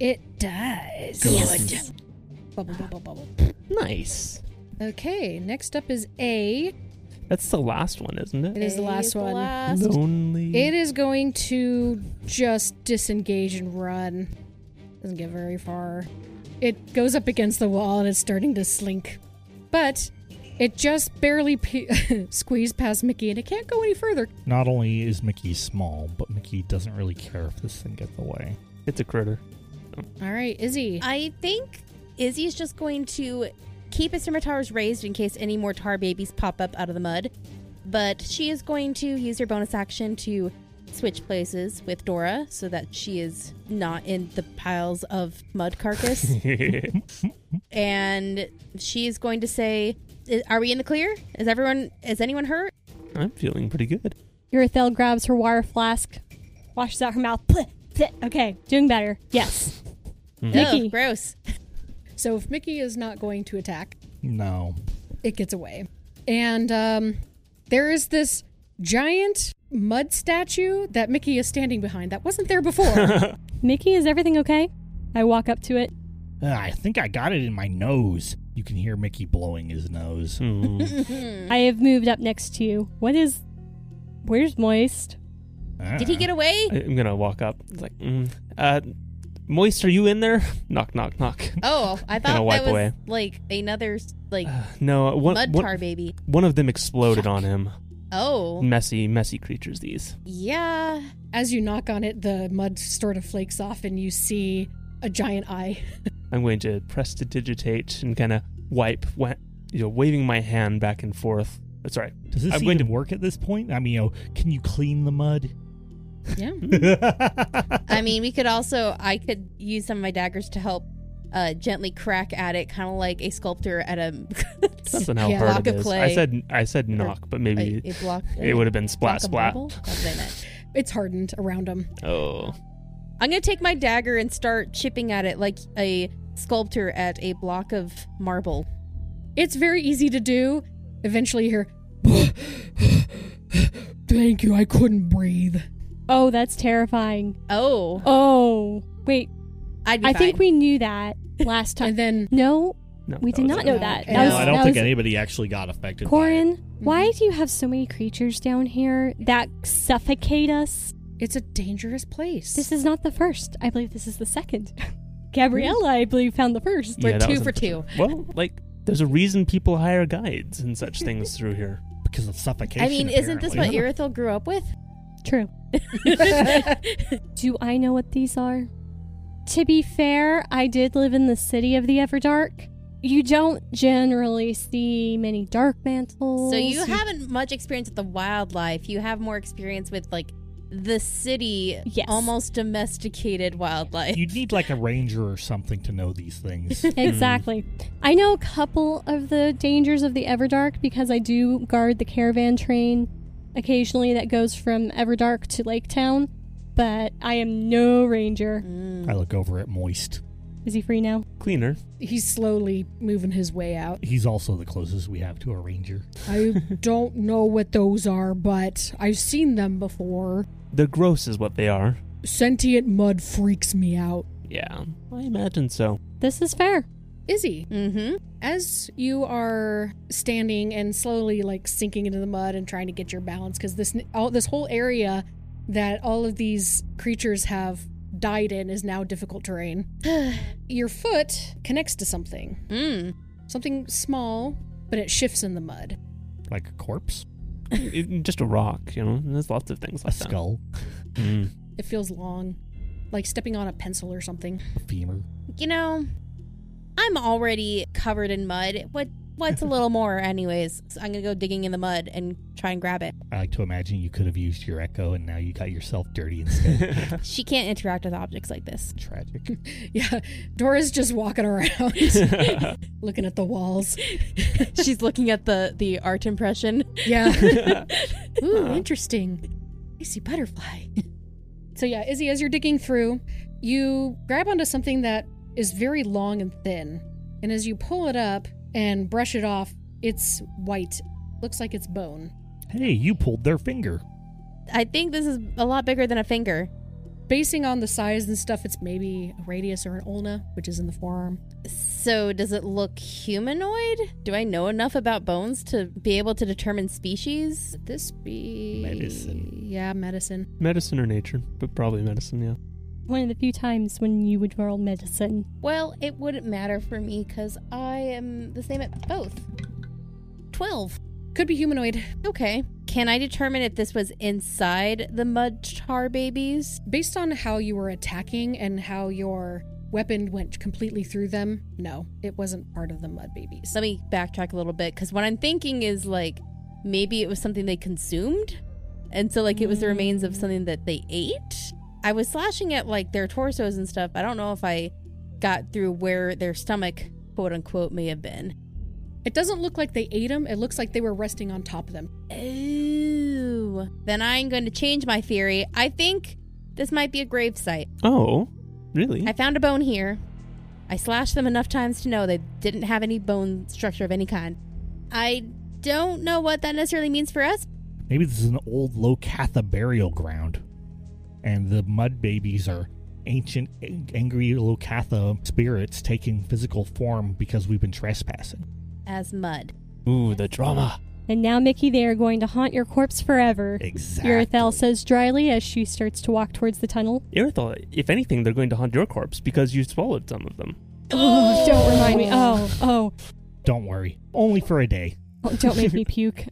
Speaker 1: It does. Bubble, bubble, bubble.
Speaker 3: Nice.
Speaker 1: Okay, next up is A.
Speaker 3: That's the last one, isn't
Speaker 1: It is the last one.
Speaker 3: Lonely.
Speaker 1: It is going to just disengage and run. Doesn't get very far. It goes up against the wall and it's starting to slink. But it just barely pe- squeezed past Mickey and it can't go any further.
Speaker 5: Not only is Mickey small, but Mickey doesn't really care if this thing gets away.
Speaker 3: It's a critter.
Speaker 1: All right, Izzy.
Speaker 4: I think Izzy's just going to keep his scimitars raised in case any more tar babies pop up out of the mud. But she is going to use her bonus action to switch places with Dora so that she is not in the piles of mud carcass. and she is going to say, "I- "Are we in the clear? Is everyone? Is anyone hurt?"
Speaker 3: I'm feeling pretty good.
Speaker 2: Urethel grabs her water flask, washes out her mouth. Pleh, pleh. Okay, doing better. Yes.
Speaker 4: Ugh,
Speaker 3: Hmm.
Speaker 2: Mickey.
Speaker 4: Oh, gross.
Speaker 1: So if Mickey is not going to attack,
Speaker 5: No.
Speaker 1: it gets away. And um, there is this giant mud statue that Mickey is standing behind that wasn't there before.
Speaker 2: Mickey, is everything okay? I walk up to it.
Speaker 5: Ah, I think I got it in my nose. You can hear Mickey blowing his nose.
Speaker 3: Hmm.
Speaker 4: Mm-hmm.
Speaker 2: I have moved up next to you. What is. Where's Moist?
Speaker 5: Ah.
Speaker 4: Did he get away?
Speaker 3: I- I'm gonna walk up. It's like, mm, uh, Moist, are you in there? Knock, knock, knock.
Speaker 4: Oh, I
Speaker 3: Gonna
Speaker 4: thought
Speaker 3: wipe
Speaker 4: that was
Speaker 3: away.
Speaker 4: like another like
Speaker 3: Uh, no, one,
Speaker 4: mud
Speaker 3: one-
Speaker 4: tar baby.
Speaker 3: one of them exploded on him.
Speaker 4: Oh,
Speaker 3: Messy, messy creatures, these.
Speaker 4: yeah.
Speaker 1: As you knock on it, the mud sort of flakes off and you see a giant eye.
Speaker 3: I'm going to press to digitate and kind of wipe, wa- you know, waving my hand back and forth. That's right.
Speaker 5: Does this
Speaker 3: I'm
Speaker 5: even
Speaker 3: going to-
Speaker 5: work at this point? I mean, you know, can you clean the mud?
Speaker 1: Yeah.
Speaker 4: Mm-hmm. I mean, we could also I could use some of my daggers to help uh gently crack at it, kind of like a sculptor at a
Speaker 3: That's not how
Speaker 1: Yeah.
Speaker 3: hard
Speaker 4: Block
Speaker 3: it
Speaker 4: of
Speaker 3: is.
Speaker 4: clay.
Speaker 3: I said, I said knock, but maybe
Speaker 4: a, a block.
Speaker 3: it would have been splat,
Speaker 4: block of
Speaker 3: splat.
Speaker 4: marble? That's what I meant.
Speaker 1: It's hardened around him.
Speaker 3: Oh,
Speaker 4: I'm gonna take my dagger and start chipping at it like a sculptor at a block of marble.
Speaker 1: It's very easy to do. Eventually, you hear, Thank you, I couldn't breathe.
Speaker 2: Oh, that's terrifying.
Speaker 4: Oh,
Speaker 2: Oh, wait.
Speaker 4: I'd be
Speaker 2: I
Speaker 4: fine.
Speaker 2: think we knew that last time.
Speaker 1: And then,
Speaker 2: no,
Speaker 3: no.
Speaker 2: we
Speaker 3: that
Speaker 2: did
Speaker 3: was
Speaker 2: not
Speaker 3: it.
Speaker 2: know
Speaker 1: No,
Speaker 2: that.
Speaker 1: okay.
Speaker 2: that
Speaker 1: No,
Speaker 2: was,
Speaker 1: I
Speaker 2: that was-
Speaker 5: anybody actually got affected.
Speaker 2: Corin, why do you have so many creatures down here that suffocate us?
Speaker 1: it's a dangerous place.
Speaker 2: This is not the first. I believe this is the second. Gabriella, I believe, found the first.
Speaker 4: We're
Speaker 3: Yeah, that
Speaker 4: two
Speaker 3: was
Speaker 4: for two.
Speaker 3: unfortunate. Well, like, there's a reason people hire guides and such things through here.
Speaker 5: because of suffocation.
Speaker 4: I mean, isn't this what
Speaker 5: apparently.
Speaker 4: Irithel grew up with?
Speaker 2: True. Do I know what these are? To be fair, I did live in the city of the Everdark. You don't generally see many dark mantles.
Speaker 4: So you haven't much experience with the wildlife. You have more experience with like the city
Speaker 2: Yes.
Speaker 4: almost domesticated wildlife.
Speaker 5: You'd need like a ranger or something to know these things.
Speaker 2: Exactly. I know a couple of the dangers of the Everdark because I do guard the caravan train occasionally that goes from Everdark to Lake Town, but I am no ranger.
Speaker 4: Mm.
Speaker 5: I look over at Moist.
Speaker 2: Is he free now?
Speaker 3: Cleaner.
Speaker 1: He's slowly moving his way out.
Speaker 5: He's also the closest we have to a ranger.
Speaker 1: I don't know what those are, but I've seen them before.
Speaker 3: They're gross, is what they are.
Speaker 1: Sentient mud freaks me out.
Speaker 3: Yeah, I imagine so.
Speaker 2: This is fair.
Speaker 1: Izzy,
Speaker 4: Mm-hmm.
Speaker 1: as you are standing and slowly like sinking into the mud and trying to get your balance because this all this whole area that all of these creatures have died in is now difficult terrain your foot connects to something
Speaker 4: Mm.
Speaker 1: something small but it shifts in the mud
Speaker 5: Like a corpse?
Speaker 3: It- E-, just a rock, you know? There's lots of things
Speaker 5: A
Speaker 3: like that.
Speaker 5: skull?
Speaker 3: Mm.
Speaker 1: it feels long like stepping on a pencil or something
Speaker 5: A femur?
Speaker 4: You know, I'm already covered in mud. What what's a little more anyways? So I'm gonna go digging in the mud and try and grab it.
Speaker 5: I like to imagine you could have used your echo and now you got yourself dirty instead.
Speaker 4: She can't interact with objects like this.
Speaker 5: Tragic.
Speaker 1: yeah dora's just walking around
Speaker 3: Mm.
Speaker 1: looking at the walls
Speaker 4: She's looking at the the art impression.
Speaker 1: Yeah. Ooh, interesting. I see butterfly. so yeah, Izzy, as you're digging through, you grab onto something that is very long and thin, and as you pull it up and brush it off, it's white. Looks like it's bone.
Speaker 5: Hey, you pulled their finger.
Speaker 4: I think this is a lot bigger than a finger.
Speaker 1: Basing on the size and stuff, it's maybe a radius or an ulna, which is in the forearm.
Speaker 4: So does it look humanoid? Do I know enough about bones to be able to determine species?
Speaker 1: Could this be
Speaker 5: Medicine.
Speaker 1: Yeah, medicine.
Speaker 3: medicine or nature, but probably medicine, yeah.
Speaker 2: One of the few times when you would roll medicine.
Speaker 4: Well, it wouldn't matter for me because I am the same at both. 12.
Speaker 1: Could be humanoid.
Speaker 4: Okay. Can I determine if this was inside the mud tar babies?
Speaker 1: Based on how you were attacking and how your weapon went completely through them, no, it wasn't part of the mud babies.
Speaker 4: Let me backtrack a little bit because what I'm thinking is like maybe it was something they consumed. And so, like, it was the remains of something that they ate. I was slashing at like their torsos and stuff. I don't know if I got through where their stomach, quote unquote, may have been.
Speaker 1: It doesn't look like they ate them. It looks like they were resting on top of them.
Speaker 4: Ooh. Then I'm going to change my theory. I think this might be a grave site.
Speaker 3: Oh, really?
Speaker 4: I found a bone here. I slashed them enough times to know they didn't have any bone structure of any kind. I don't know what that necessarily means for us.
Speaker 5: Maybe this is an old Locatha burial ground. And the mud babies are ancient, an- angry Locatha spirits taking physical form because we've been trespassing.
Speaker 4: As mud.
Speaker 3: Ooh, the drama.
Speaker 2: And now, Mickey, they are going to haunt your corpse forever.
Speaker 5: Exactly.
Speaker 2: Irathel says dryly as she starts to walk towards the tunnel.
Speaker 3: Irithel, if anything, they're going to haunt your corpse because you swallowed some of them.
Speaker 2: Oh, don't remind me. Oh, oh,
Speaker 5: Don't worry. Only for a day.
Speaker 2: oh, don't make me puke.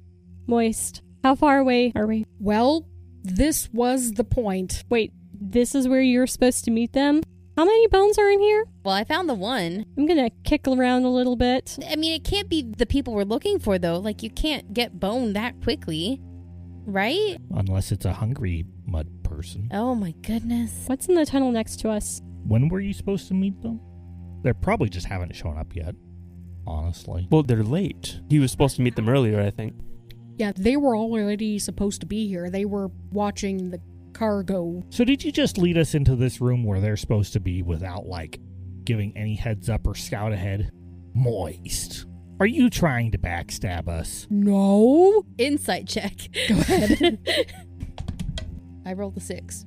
Speaker 2: Moist. How far away are we?
Speaker 1: Well, this was the point.
Speaker 2: Wait, this is where you're supposed to meet them? How many bones are in here?
Speaker 4: Well, I found the one.
Speaker 2: I'm gonna kick around a little bit.
Speaker 4: I mean, it can't be the people we're looking for, though. Like, you can't get bone that quickly, right?
Speaker 5: Unless it's a hungry mud person.
Speaker 4: Oh my goodness.
Speaker 2: What's in the tunnel next to us?
Speaker 5: When were you supposed to meet them? They probably just haven't shown up yet. Honestly.
Speaker 3: Well, they're late. He was supposed to meet them earlier, I think.
Speaker 1: Yeah, they were already supposed to be here. They were watching the cargo.
Speaker 5: So did you just lead us into this room where they're supposed to be without like giving any heads up or scout ahead? Moist. Are you trying to backstab us?
Speaker 1: No.
Speaker 4: Insight check. Go ahead. I rolled a six.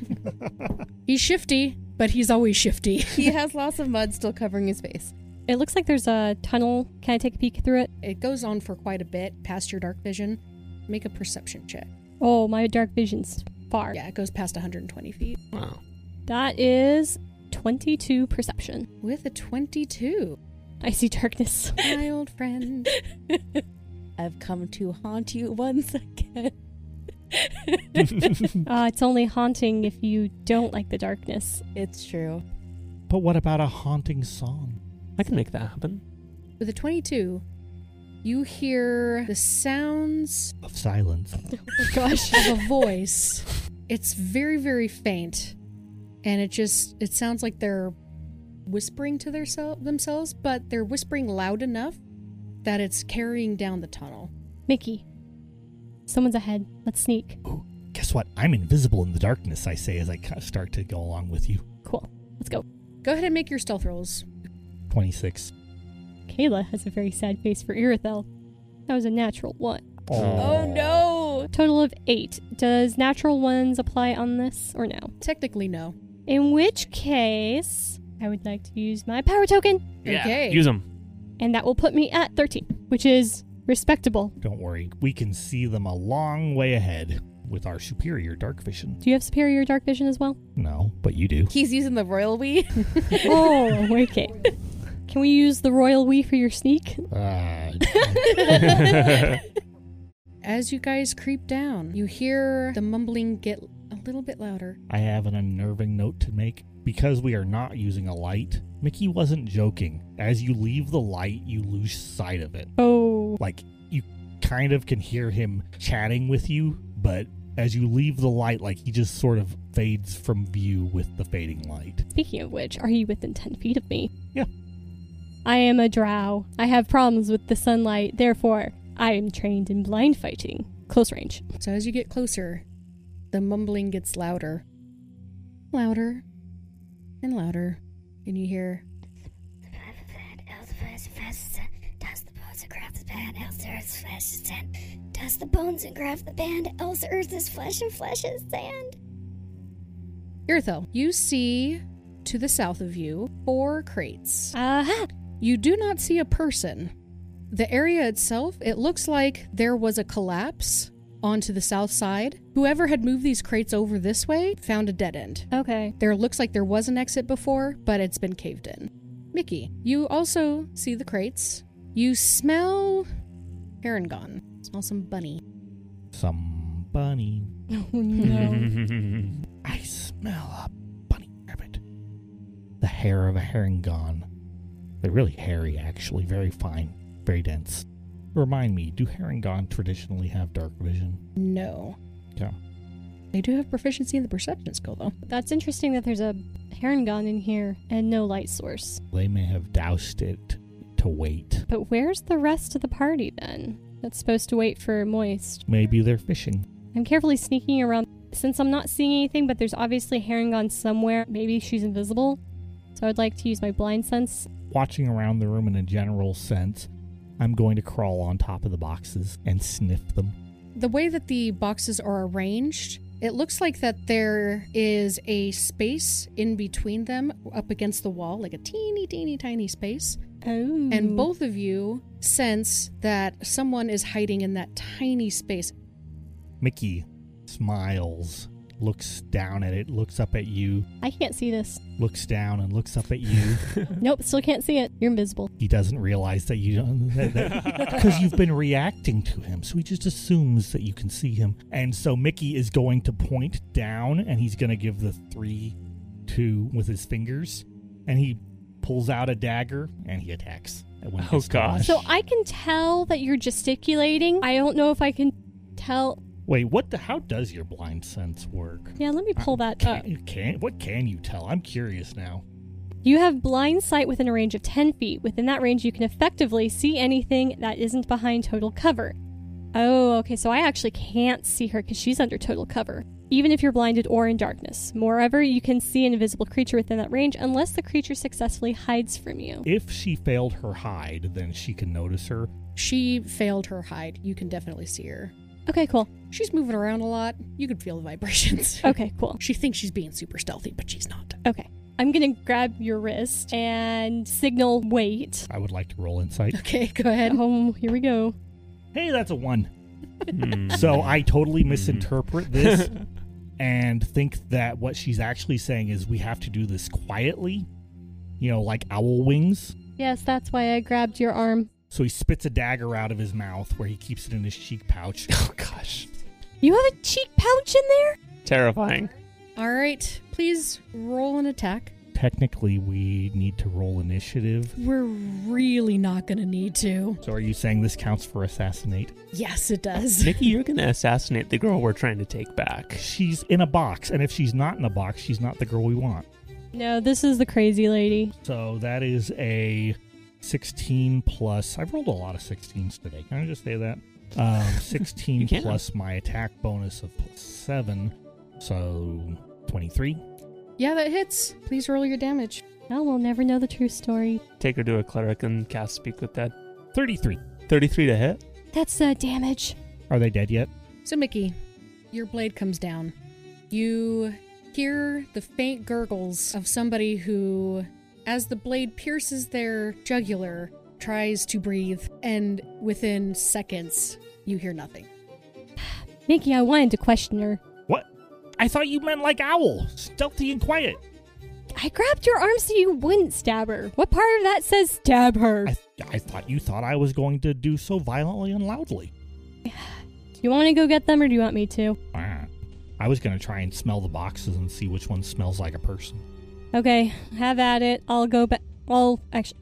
Speaker 1: He's shifty, but he's always shifty.
Speaker 4: He has lots of mud still covering his face.
Speaker 2: It looks like there's a tunnel. Can I take a peek through it?
Speaker 1: It goes on for quite a bit past your dark vision. Make a perception check.
Speaker 2: Oh, my dark vision's far.
Speaker 1: Yeah, it goes past 120 feet.
Speaker 3: Wow.
Speaker 2: That is 22 perception.
Speaker 1: With a 22.
Speaker 2: I see darkness.
Speaker 1: My old friend.
Speaker 4: I've come to haunt you once again.
Speaker 2: Uh, it's only haunting if you don't like the darkness.
Speaker 4: It's true.
Speaker 5: But what about a haunting song?
Speaker 3: I can make that happen.
Speaker 1: With a 22, you hear the sounds
Speaker 5: Of silence.
Speaker 4: Oh
Speaker 2: Gosh.
Speaker 1: of a voice. It's very, very faint, and it just it sounds like they're whispering to their sel- themselves, but they're whispering loud enough that it's carrying down the tunnel.
Speaker 2: Mickey, someone's ahead. Let's sneak.
Speaker 5: Ooh, guess what? I'm invisible in the darkness, I say as I ca- start to go along with you.
Speaker 2: Cool. Let's go.
Speaker 1: Go ahead and make your stealth rolls.
Speaker 5: 26.
Speaker 2: Kayla has a very sad face for Irithel. That was a natural one.
Speaker 4: Oh no.
Speaker 2: Total of eight. Does natural ones apply on this or no?
Speaker 1: Technically, no.
Speaker 2: In which case, I would like to use my power token,
Speaker 3: Yeah,
Speaker 1: Okay.
Speaker 3: Use them.
Speaker 2: and that will put me at 13, which is respectable.
Speaker 5: Don't worry, we can see them a long way ahead with our superior dark vision.
Speaker 2: Do you have superior dark vision as well?
Speaker 5: No, but you do.
Speaker 4: He's using the royal we.
Speaker 2: oh, okay. Can we use the royal we for your sneak?
Speaker 5: Uh,
Speaker 1: As you guys creep down, you hear the mumbling get a little bit louder.
Speaker 5: I have an unnerving note to make. Because we are not using a light, Mickey wasn't joking. As you leave the light, you lose sight of it.
Speaker 2: Oh,
Speaker 5: Like, you kind of can hear him chatting with you, but as you leave the light, like, he just sort of fades from view with the fading light.
Speaker 2: Speaking of which, are you within 10 feet of me?
Speaker 5: Yeah.
Speaker 2: I am a drow. I have problems with the sunlight, therefore, I am trained in blind fighting. Close range.
Speaker 1: So as you get closer, the mumbling gets louder, louder, and louder, and you hear
Speaker 7: Does the bones and craft the band, else earth is flesh and sand. Does the bones and craft the band, else earth is flesh and flesh is sand.
Speaker 1: Irthel. You see to the south of you four crates.
Speaker 2: Aha!
Speaker 1: You do not see a person. The area itself, it looks like there was a collapse onto the south side. Whoever had moved these crates over this way found a dead end.
Speaker 2: Okay.
Speaker 1: There looks like there was an exit before, but it's been caved in. Mickey, you also see the crates. You smell Harangon. Smell some bunny.
Speaker 5: Some bunny.
Speaker 2: Oh, no.
Speaker 5: I smell a bunny rabbit. The hair of a herring gone. They're really hairy, actually. Very fine. Very dense. Remind me, do herring gone traditionally have dark vision?
Speaker 1: No.
Speaker 5: Yeah.
Speaker 1: They do have proficiency in the perception skill, though.
Speaker 2: That's interesting that there's a heron gun in here and no light source.
Speaker 5: They may have doused it to wait.
Speaker 2: But where's the rest of the party then? That's supposed to wait for Moist.
Speaker 5: Maybe they're fishing.
Speaker 2: I'm carefully sneaking around. Since I'm not seeing anything, but there's obviously a heron gun somewhere, maybe she's invisible. So I'd like to use my blind sense
Speaker 5: Watching around the room in a general sense, I'm going to crawl on top of the boxes and sniff them.
Speaker 1: The way that the boxes are arranged, it looks like that there is a space in between them up against the wall, like a teeny, teeny, tiny space.
Speaker 2: Oh.
Speaker 1: And both of you sense that someone is hiding in that tiny space.
Speaker 5: Mickey smiles, looks down at it, looks up at you,
Speaker 2: I can't see this.
Speaker 5: looks down and looks up at you.
Speaker 2: Nope, still can't see it. You're invisible.
Speaker 5: he doesn't realize that you don't because you've been reacting to him so he just assumes that you can see him and so mickey is going to point down and he's going to give the three two with his fingers and he pulls out a dagger and he attacks at one of
Speaker 3: Oh,
Speaker 5: his
Speaker 3: gosh.
Speaker 2: So
Speaker 5: dogs.
Speaker 2: I can tell that you're gesticulating. I don't know if I can tell.
Speaker 5: wait what the how does your blind sense work
Speaker 2: Yeah, let me pull that up.
Speaker 5: can, can what can you tell i'm curious now
Speaker 2: You have blind sight within a range of 10 feet. Within that range, you can effectively see anything that isn't behind total cover. Oh, okay, so I actually can't see her because she's under total cover, even if you're blinded or in darkness. Moreover, you can see an invisible creature within that range unless the creature successfully hides from you.
Speaker 5: if she failed her hide then she can notice her
Speaker 1: She failed her hide. You can definitely see her.
Speaker 2: Okay, cool.
Speaker 1: She's moving around a lot. You can feel the vibrations.
Speaker 2: Okay, cool.
Speaker 1: She thinks she's being super stealthy, but she's not.
Speaker 2: Okay. I'm going to grab your wrist and signal wait.
Speaker 5: i would like to roll insight
Speaker 1: Okay, go ahead.
Speaker 2: Oh, here we go.
Speaker 5: hey that's a one
Speaker 2: Hmm.
Speaker 5: So
Speaker 3: Mm-hmm.
Speaker 5: I totally misinterpret this and think that what she's actually saying is we have to do this quietly, you know, like owl wings.
Speaker 2: Yes, that's why I grabbed your arm.
Speaker 5: So he spits a dagger out of his mouth where he keeps it in his cheek pouch.
Speaker 3: oh gosh,
Speaker 2: You have a cheek pouch in there?
Speaker 3: terrifying.
Speaker 1: All right, please roll an attack.
Speaker 5: technically we need to roll initiative.
Speaker 1: We're really not going to need to.
Speaker 5: So are you saying this counts for assassinate?
Speaker 1: Yes, it does.
Speaker 3: Nikki, you're going to assassinate the girl we're trying to take back.
Speaker 5: She's in a box, and if she's not in a box, she's not the girl we want.
Speaker 2: No, this is the crazy lady.
Speaker 5: So that is a 16 plus. I've rolled a lot of 16s today. Can I just say that? Um, 16
Speaker 3: You can.
Speaker 5: plus my attack bonus of plus 7. So 23.
Speaker 1: Yeah, that hits. Please roll your damage.
Speaker 2: Now we'll never know the true story.
Speaker 3: Take her to a cleric and cast Speak with Dead.
Speaker 5: 33.
Speaker 3: 33 to hit.
Speaker 2: That's uh, damage.
Speaker 5: Are they dead yet?
Speaker 1: So, Mickey, your blade comes down. You hear the faint gurgles of somebody who, as the blade pierces their jugular, tries to breathe, and within seconds, you hear nothing.
Speaker 2: Nikki, I wanted to question her.
Speaker 5: What? I thought you meant like owl, stealthy and quiet.
Speaker 2: I grabbed your arm so you wouldn't stab her. What part of that says stab her?
Speaker 5: I, I thought you thought I was going to do so violently and loudly.
Speaker 2: Do you want to go get them or do you want me to?
Speaker 5: Ah. I was going to try and smell the boxes and see which one smells like a person.
Speaker 2: Okay, have at it. I'll go back. Well, actually,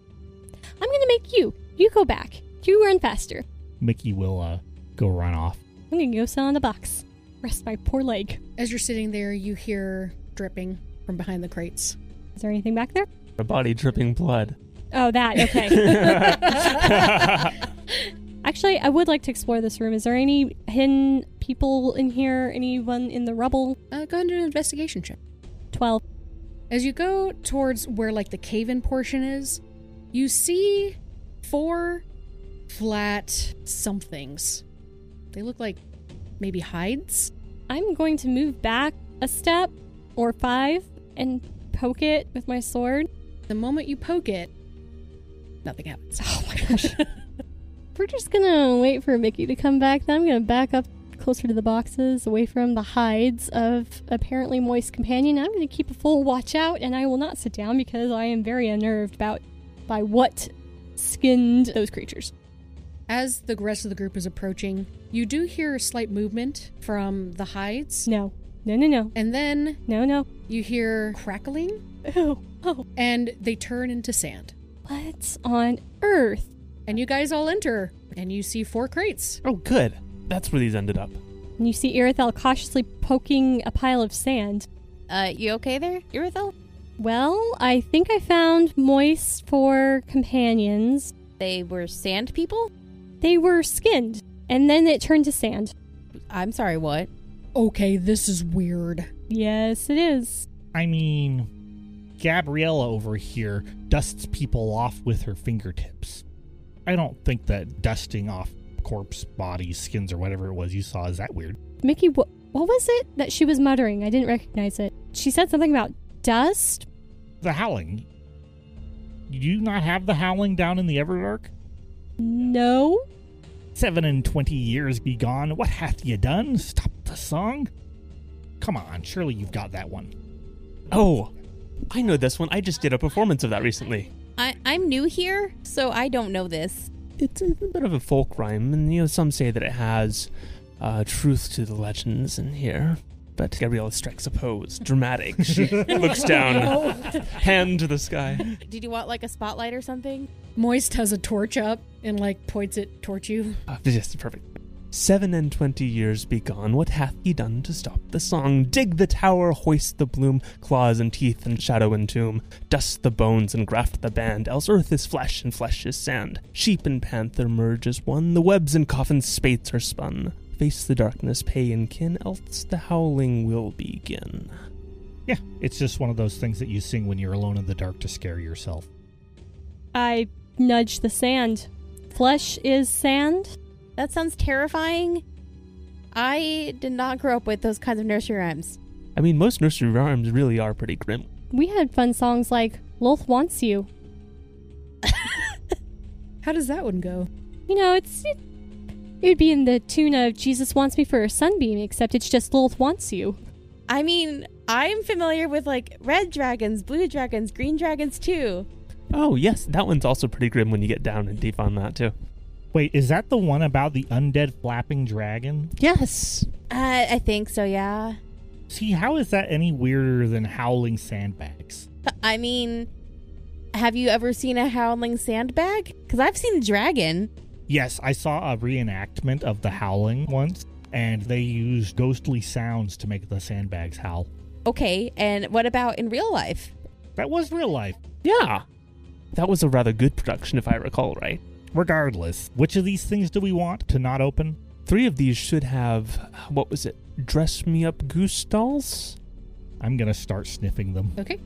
Speaker 2: I'm gonna make you. You go back. You run faster.
Speaker 5: Mickey will uh, go run off.
Speaker 2: I'm gonna go sit on the box. Rest my poor leg.
Speaker 1: As you're sitting there, you hear dripping from behind the crates.
Speaker 2: Is there anything back there?
Speaker 3: A body dripping blood.
Speaker 2: Oh, that. Okay. actually, I would like to explore this room. Is there any hidden people in here? Anyone in the rubble?
Speaker 1: Uh, go ahead and do an investigation check.
Speaker 2: Twelve.
Speaker 1: As you go towards where like the cave in portion is, you see four flat somethings. They look like maybe hides.
Speaker 2: I'm going to move back a step or five and poke it with my sword.
Speaker 1: The moment you poke it, nothing happens.
Speaker 2: Oh my gosh. We're just gonna wait for Mickey to come back. Then I'm gonna back up closer to the boxes, away from the hides of apparently Moist Companion. I'm gonna keep a full watch out and I will not sit down because I am very unnerved about by what skinned those creatures.
Speaker 1: As the rest of the group is approaching, you do hear a slight movement from the hides,
Speaker 2: No. No no no.
Speaker 1: and then
Speaker 2: No no.
Speaker 1: you hear crackling,
Speaker 2: Oh, oh.
Speaker 1: and they turn into sand.
Speaker 2: What on earth?
Speaker 1: And you guys all enter, and you see four crates.
Speaker 3: Oh, good. That's where these ended up.
Speaker 2: And you see Irithel cautiously poking a pile of sand.
Speaker 4: Uh, you okay there, Irithel?
Speaker 2: Well, I think I found moist for companions.
Speaker 4: They were sand people?
Speaker 2: They were skinned, and then it turned to sand.
Speaker 4: I'm sorry, what?
Speaker 1: Okay, this is weird.
Speaker 2: Yes, it is.
Speaker 5: I mean, Gabriella over here dusts people off with her fingertips. I don't think that dusting off corpse bodies, skins, or whatever it was you saw is that weird.
Speaker 2: Mickey, what, what was it that she was muttering? I didn't recognize it. She said something about dust.
Speaker 5: The howling. You do not have the howling down in the Everdark?
Speaker 2: No.
Speaker 5: Seven and twenty years be gone. What hath ye done? Stop the song? Come on, surely you've got that one.
Speaker 3: Oh, I know this one. I just did a performance of that recently.
Speaker 4: I, I'm new here, so I don't know this.
Speaker 3: It's a bit of a folk rhyme, and you know some say that it has uh, truth to the legends in here. But Gabriella strikes a pose, dramatic. She looks down, hand to the sky.
Speaker 4: Did you want like a spotlight or something?
Speaker 1: Moist has a torch up and like points it towards you.
Speaker 3: Ah, yes, perfect. Seven and twenty years be gone. What hath he done to stop the song? Dig the tower, hoist the bloom, claws and teeth and shadow and tomb. Dust the bones and graft the band, else earth is flesh and flesh is sand. Sheep and panther merge as one, the webs and coffins spates are spun. Face the darkness, pay and kin, else the howling will begin.
Speaker 5: Yeah, it's just one of those things that you sing when you're alone in the dark to scare yourself.
Speaker 2: I nudged the sand. Flesh is sand.
Speaker 4: That sounds terrifying. I did not grow up with those kinds of nursery rhymes.
Speaker 3: I mean, most nursery rhymes really are pretty grim.
Speaker 2: We had fun songs like Lolth Wants You.
Speaker 1: How does that one go?
Speaker 2: You know, it's. It, it would be in the tune of Jesus Wants Me for a Sunbeam, except it's just Lolth Wants You.
Speaker 4: I mean, I'm familiar with like red dragons, blue dragons, green dragons too.
Speaker 3: Oh, yes, that one's also pretty grim when you get down and deep on that, too.
Speaker 5: Wait, is that the one about the undead flapping dragon?
Speaker 3: Yes.
Speaker 4: Uh, I think so, yeah.
Speaker 5: See, how is that any weirder than howling sandbags?
Speaker 4: I mean, have you ever seen a howling sandbag? Because I've seen dragon.
Speaker 5: Yes, I saw a reenactment of the howling once, and they used ghostly sounds to make the sandbags howl.
Speaker 4: Okay, and what about in real life?
Speaker 5: That was real life.
Speaker 3: Yeah. That was a rather good production, if I recall right.
Speaker 5: Regardless, which of these things do we want to not open?
Speaker 3: Three of these should have, what was it, dress me up goose dolls?
Speaker 5: I'm going to start sniffing them.
Speaker 1: Okay.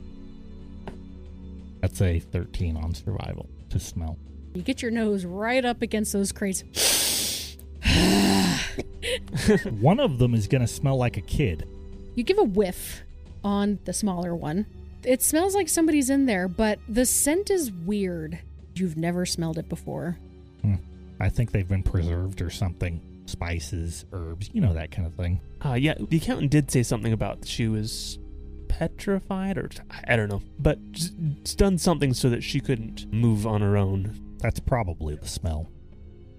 Speaker 5: That's a 13 on survival to smell.
Speaker 1: You get your nose right up against those crates.
Speaker 5: One of them is going to smell like a kid.
Speaker 1: You give a whiff on the smaller one. It smells like somebody's in there, but the scent is weird. You've never smelled it before.
Speaker 5: I think they've been preserved or something. Spices, herbs, you know, that kind of thing.
Speaker 3: Uh, yeah, the accountant did say something about she was petrified, or I don't know, but s- s- done something so that she couldn't move on her own.
Speaker 5: That's probably the smell.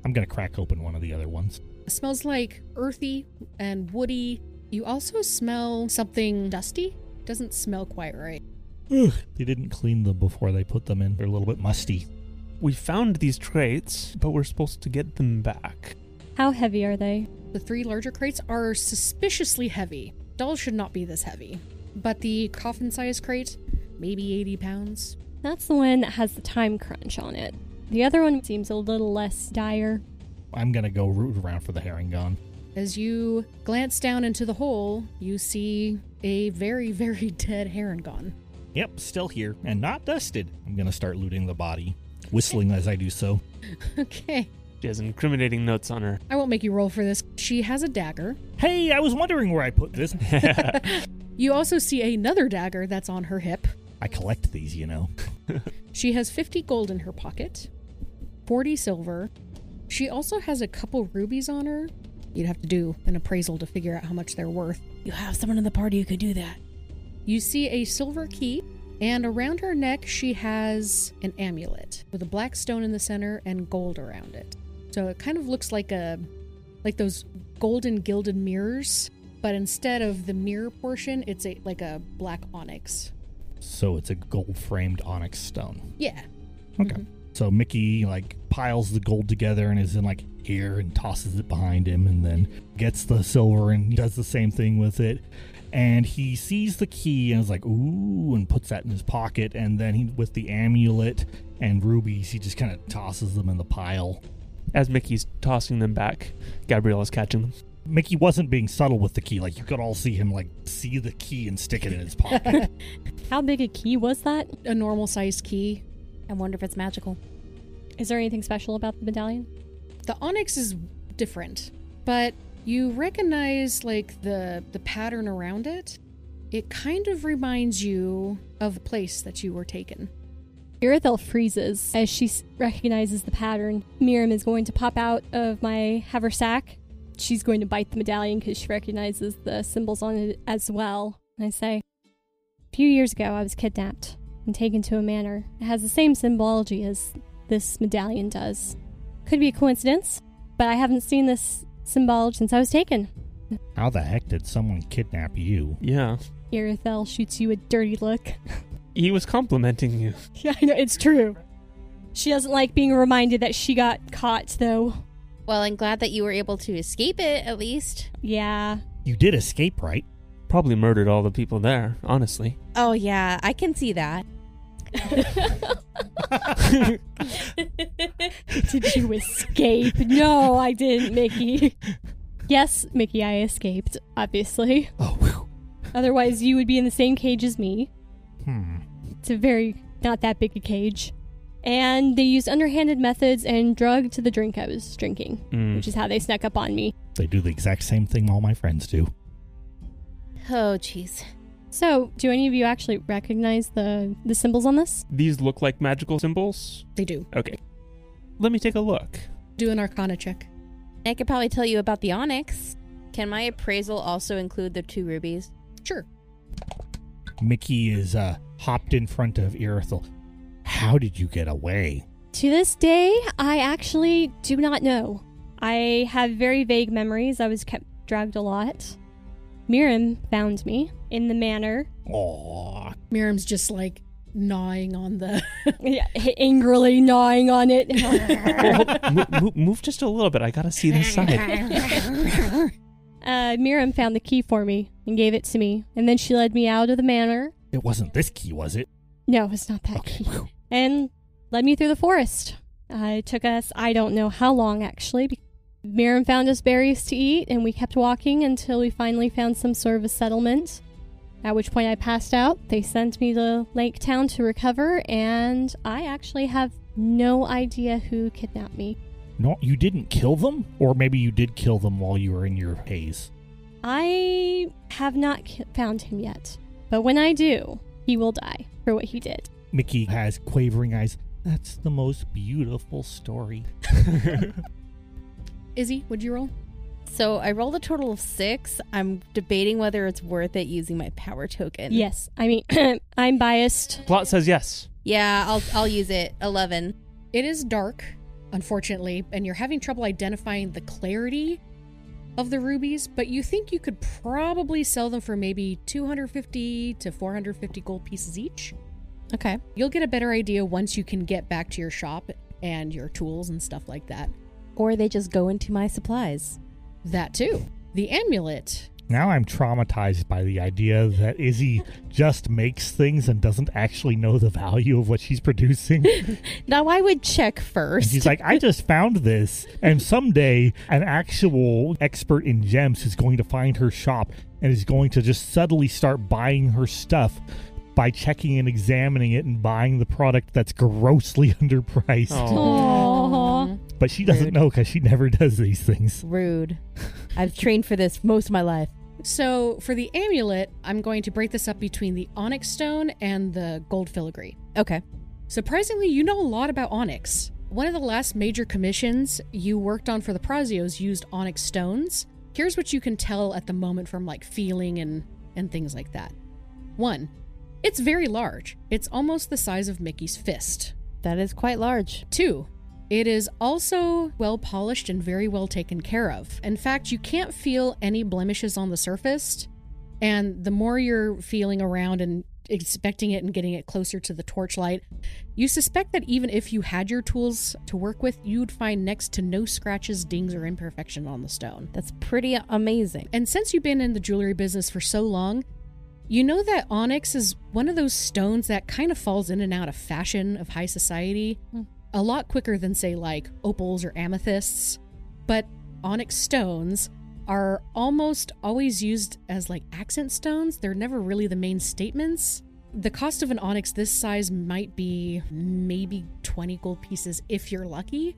Speaker 5: I'm going to crack open one of the other ones.
Speaker 1: It smells like earthy and woody. You also smell something dusty. Doesn't smell quite right.
Speaker 5: Ugh, they didn't clean them before they put them in. They're a little bit musty.
Speaker 3: We found these traits, but we're supposed to get them back.
Speaker 2: How heavy are they?
Speaker 1: The three larger crates are suspiciously heavy. Dolls should not be this heavy. But the coffin sized crate, maybe 80 pounds.
Speaker 2: That's the one that has the time crunch on it. The other one seems a little less dire.
Speaker 5: I'm going to go root around for the herring gun.
Speaker 1: As you glance down into the hole, you see a very, very dead heron gone.
Speaker 5: Yep, still here and not dusted. I'm going to start looting the body, whistling as I do so.
Speaker 1: Okay.
Speaker 3: She has incriminating notes on her.
Speaker 1: I won't make you roll for this. She has a dagger.
Speaker 5: Hey, I was wondering where I put this.
Speaker 1: You also see another dagger that's on her hip.
Speaker 5: I collect these, you know.
Speaker 1: She has 50 gold in her pocket, 40 silver. She also has a couple rubies on her. You'd have to do an appraisal to figure out how much they're worth.
Speaker 4: You have someone in the party who could do that.
Speaker 1: You see a silver key, and around her neck, she has an amulet with a black stone in the center and gold around it. So it kind of looks like a like those golden gilded mirrors, but instead of the mirror portion, it's a like a black onyx.
Speaker 5: So it's a gold framed onyx stone.
Speaker 1: Yeah.
Speaker 5: Okay. So Mickey, like, piles the gold together and is in, like, here and tosses it behind him and then gets the silver and does the same thing with it. And he sees the key and is like, ooh, and puts that in his pocket. And then he, with the amulet and rubies, he just kind of tosses them in the pile.
Speaker 3: As Mickey's tossing them back, Gabriella's catching them.
Speaker 5: Mickey wasn't being subtle with the key. Like, you could all see him, like, see the key and stick it in his pocket.
Speaker 2: How big a key was that?
Speaker 1: A normal sized key.
Speaker 4: I wonder if it's magical.
Speaker 2: Is there anything special about the medallion?
Speaker 1: The onyx is different, but you recognize like the the pattern around it. It kind of reminds you of the place that you were taken.
Speaker 2: Irithel freezes as she s- recognizes the pattern. Miriam is going to pop out of my haversack. She's going to bite the medallion because she recognizes the symbols on it as well. And I say, A few years ago, I was kidnapped and taken to a manor. It has the same symbology as this medallion does. Could be a coincidence, but I haven't seen this symbol since I was taken.
Speaker 5: How the heck did someone kidnap you?
Speaker 3: Yeah.
Speaker 2: Irithel shoots you a dirty look.
Speaker 3: He was complimenting you.
Speaker 2: yeah, I know, it's true. She doesn't like being reminded that she got caught, though.
Speaker 4: Well, I'm glad that you were able to escape it at least.
Speaker 2: Yeah.
Speaker 5: You did escape, right?
Speaker 3: Probably murdered all the people there, honestly.
Speaker 4: Oh, yeah, I can see that.
Speaker 2: Did you escape? No, I didn't, Mickey. Yes, Mickey, I escaped, obviously.
Speaker 5: Oh, whew.
Speaker 2: Otherwise, you would be in the same cage as me.
Speaker 5: Hmm.
Speaker 2: It's a very, not that big a cage. And they used underhanded methods and drugged the drink I was drinking,
Speaker 3: Mm.
Speaker 2: which is how they snuck up on me.
Speaker 5: They do the exact same thing all my friends do.
Speaker 4: Oh, jeez.
Speaker 2: So, do any of you actually recognize the, the symbols on this?
Speaker 3: These look like magical symbols.
Speaker 1: They do.
Speaker 3: Okay. Let me take a look.
Speaker 1: Do an arcana check.
Speaker 4: I could probably tell you about the onyx. Can my appraisal also include the two rubies?
Speaker 1: Sure.
Speaker 5: Mickey is uh, hopped in front of Irithel. How did you get away?
Speaker 2: To this day, I actually do not know. I have very vague memories. I was kept drugged a lot. Mirim found me in the manor,
Speaker 5: Aw.
Speaker 1: Miriam's just like gnawing on the.
Speaker 2: yeah, angrily gnawing on it.
Speaker 3: Mo- mo- move just a little bit. I gotta see this side.
Speaker 2: uh, Mirim found the key for me and gave it to me, and then she led me out of the manor.
Speaker 5: It wasn't this key, was it?
Speaker 2: No, it's not that
Speaker 5: Okay.
Speaker 2: key. and led me through the forest. Uh, it took us, I don't know how long actually. be- Miriam found us berries to eat, and we kept walking until we finally found some sort of a settlement. At which point I passed out. They sent me to Lake Town to recover, and I actually have no idea who kidnapped me.
Speaker 5: No, you didn't kill them? Or maybe you did kill them while you were in your haze.
Speaker 2: I have not ki- found him yet, but when I do, he will die for what he did.
Speaker 5: Mickey has quavering eyes. That's the most beautiful story.
Speaker 1: Izzy, would you roll?
Speaker 4: So I rolled a total of six. I'm debating whether it's worth it using my power token.
Speaker 2: Yes, I mean, I'm biased.
Speaker 3: Plot says yes.
Speaker 4: Yeah, I'll I'll use it. Eleven.
Speaker 1: It is dark, unfortunately, and you're having trouble identifying the clarity of the rubies, but you think you could probably sell them for maybe 250 to 450 gold pieces each.
Speaker 4: Okay.
Speaker 1: You'll get a better idea once you can get back to your shop and your tools and stuff like that.
Speaker 4: Or they just go into my supplies.
Speaker 1: That too. The amulet.
Speaker 5: Now I'm traumatized by the idea that Izzy just makes things and doesn't actually know the value of what she's producing.
Speaker 4: Now I would check
Speaker 5: And
Speaker 4: first.
Speaker 5: she's like, I just found this. And someday, an actual expert in gems is going to find her shop and is going to just subtly start buying her stuff by checking and examining it and buying the product that's grossly underpriced.
Speaker 3: Oh,
Speaker 2: Aww.
Speaker 5: But she doesn't
Speaker 4: Rude.
Speaker 5: know because she never does these things.
Speaker 4: Rude. I've trained for this most of my life.
Speaker 1: So, for the amulet, I'm going to break this up between the onyx stone and the gold filigree.
Speaker 4: Okay.
Speaker 1: Surprisingly, you know a lot about onyx. One of the last major commissions you worked on for the Prazios used onyx stones. Here's what you can tell at the moment from like feeling and and things like that. 1. It's very large. It's almost the size of Mickey's fist.
Speaker 4: That is quite large.
Speaker 1: Two, it is also well polished and very well taken care of. In fact, you can't feel any blemishes on the surface. And the more you're feeling around and inspecting it and getting it closer to the torchlight, you suspect that even if you had your tools to work with, you'd find next to no scratches, dings, or imperfection on the stone.
Speaker 4: That's pretty amazing.
Speaker 1: And since you've been in the jewelry business for so long, you know that onyx is one of those stones that kind of falls in and out of fashion of high society a lot quicker than, say, like opals or amethysts. But onyx stones are almost always used as like accent stones, they're never really the main statements. The cost of an onyx this size might be maybe 20 gold pieces if you're lucky.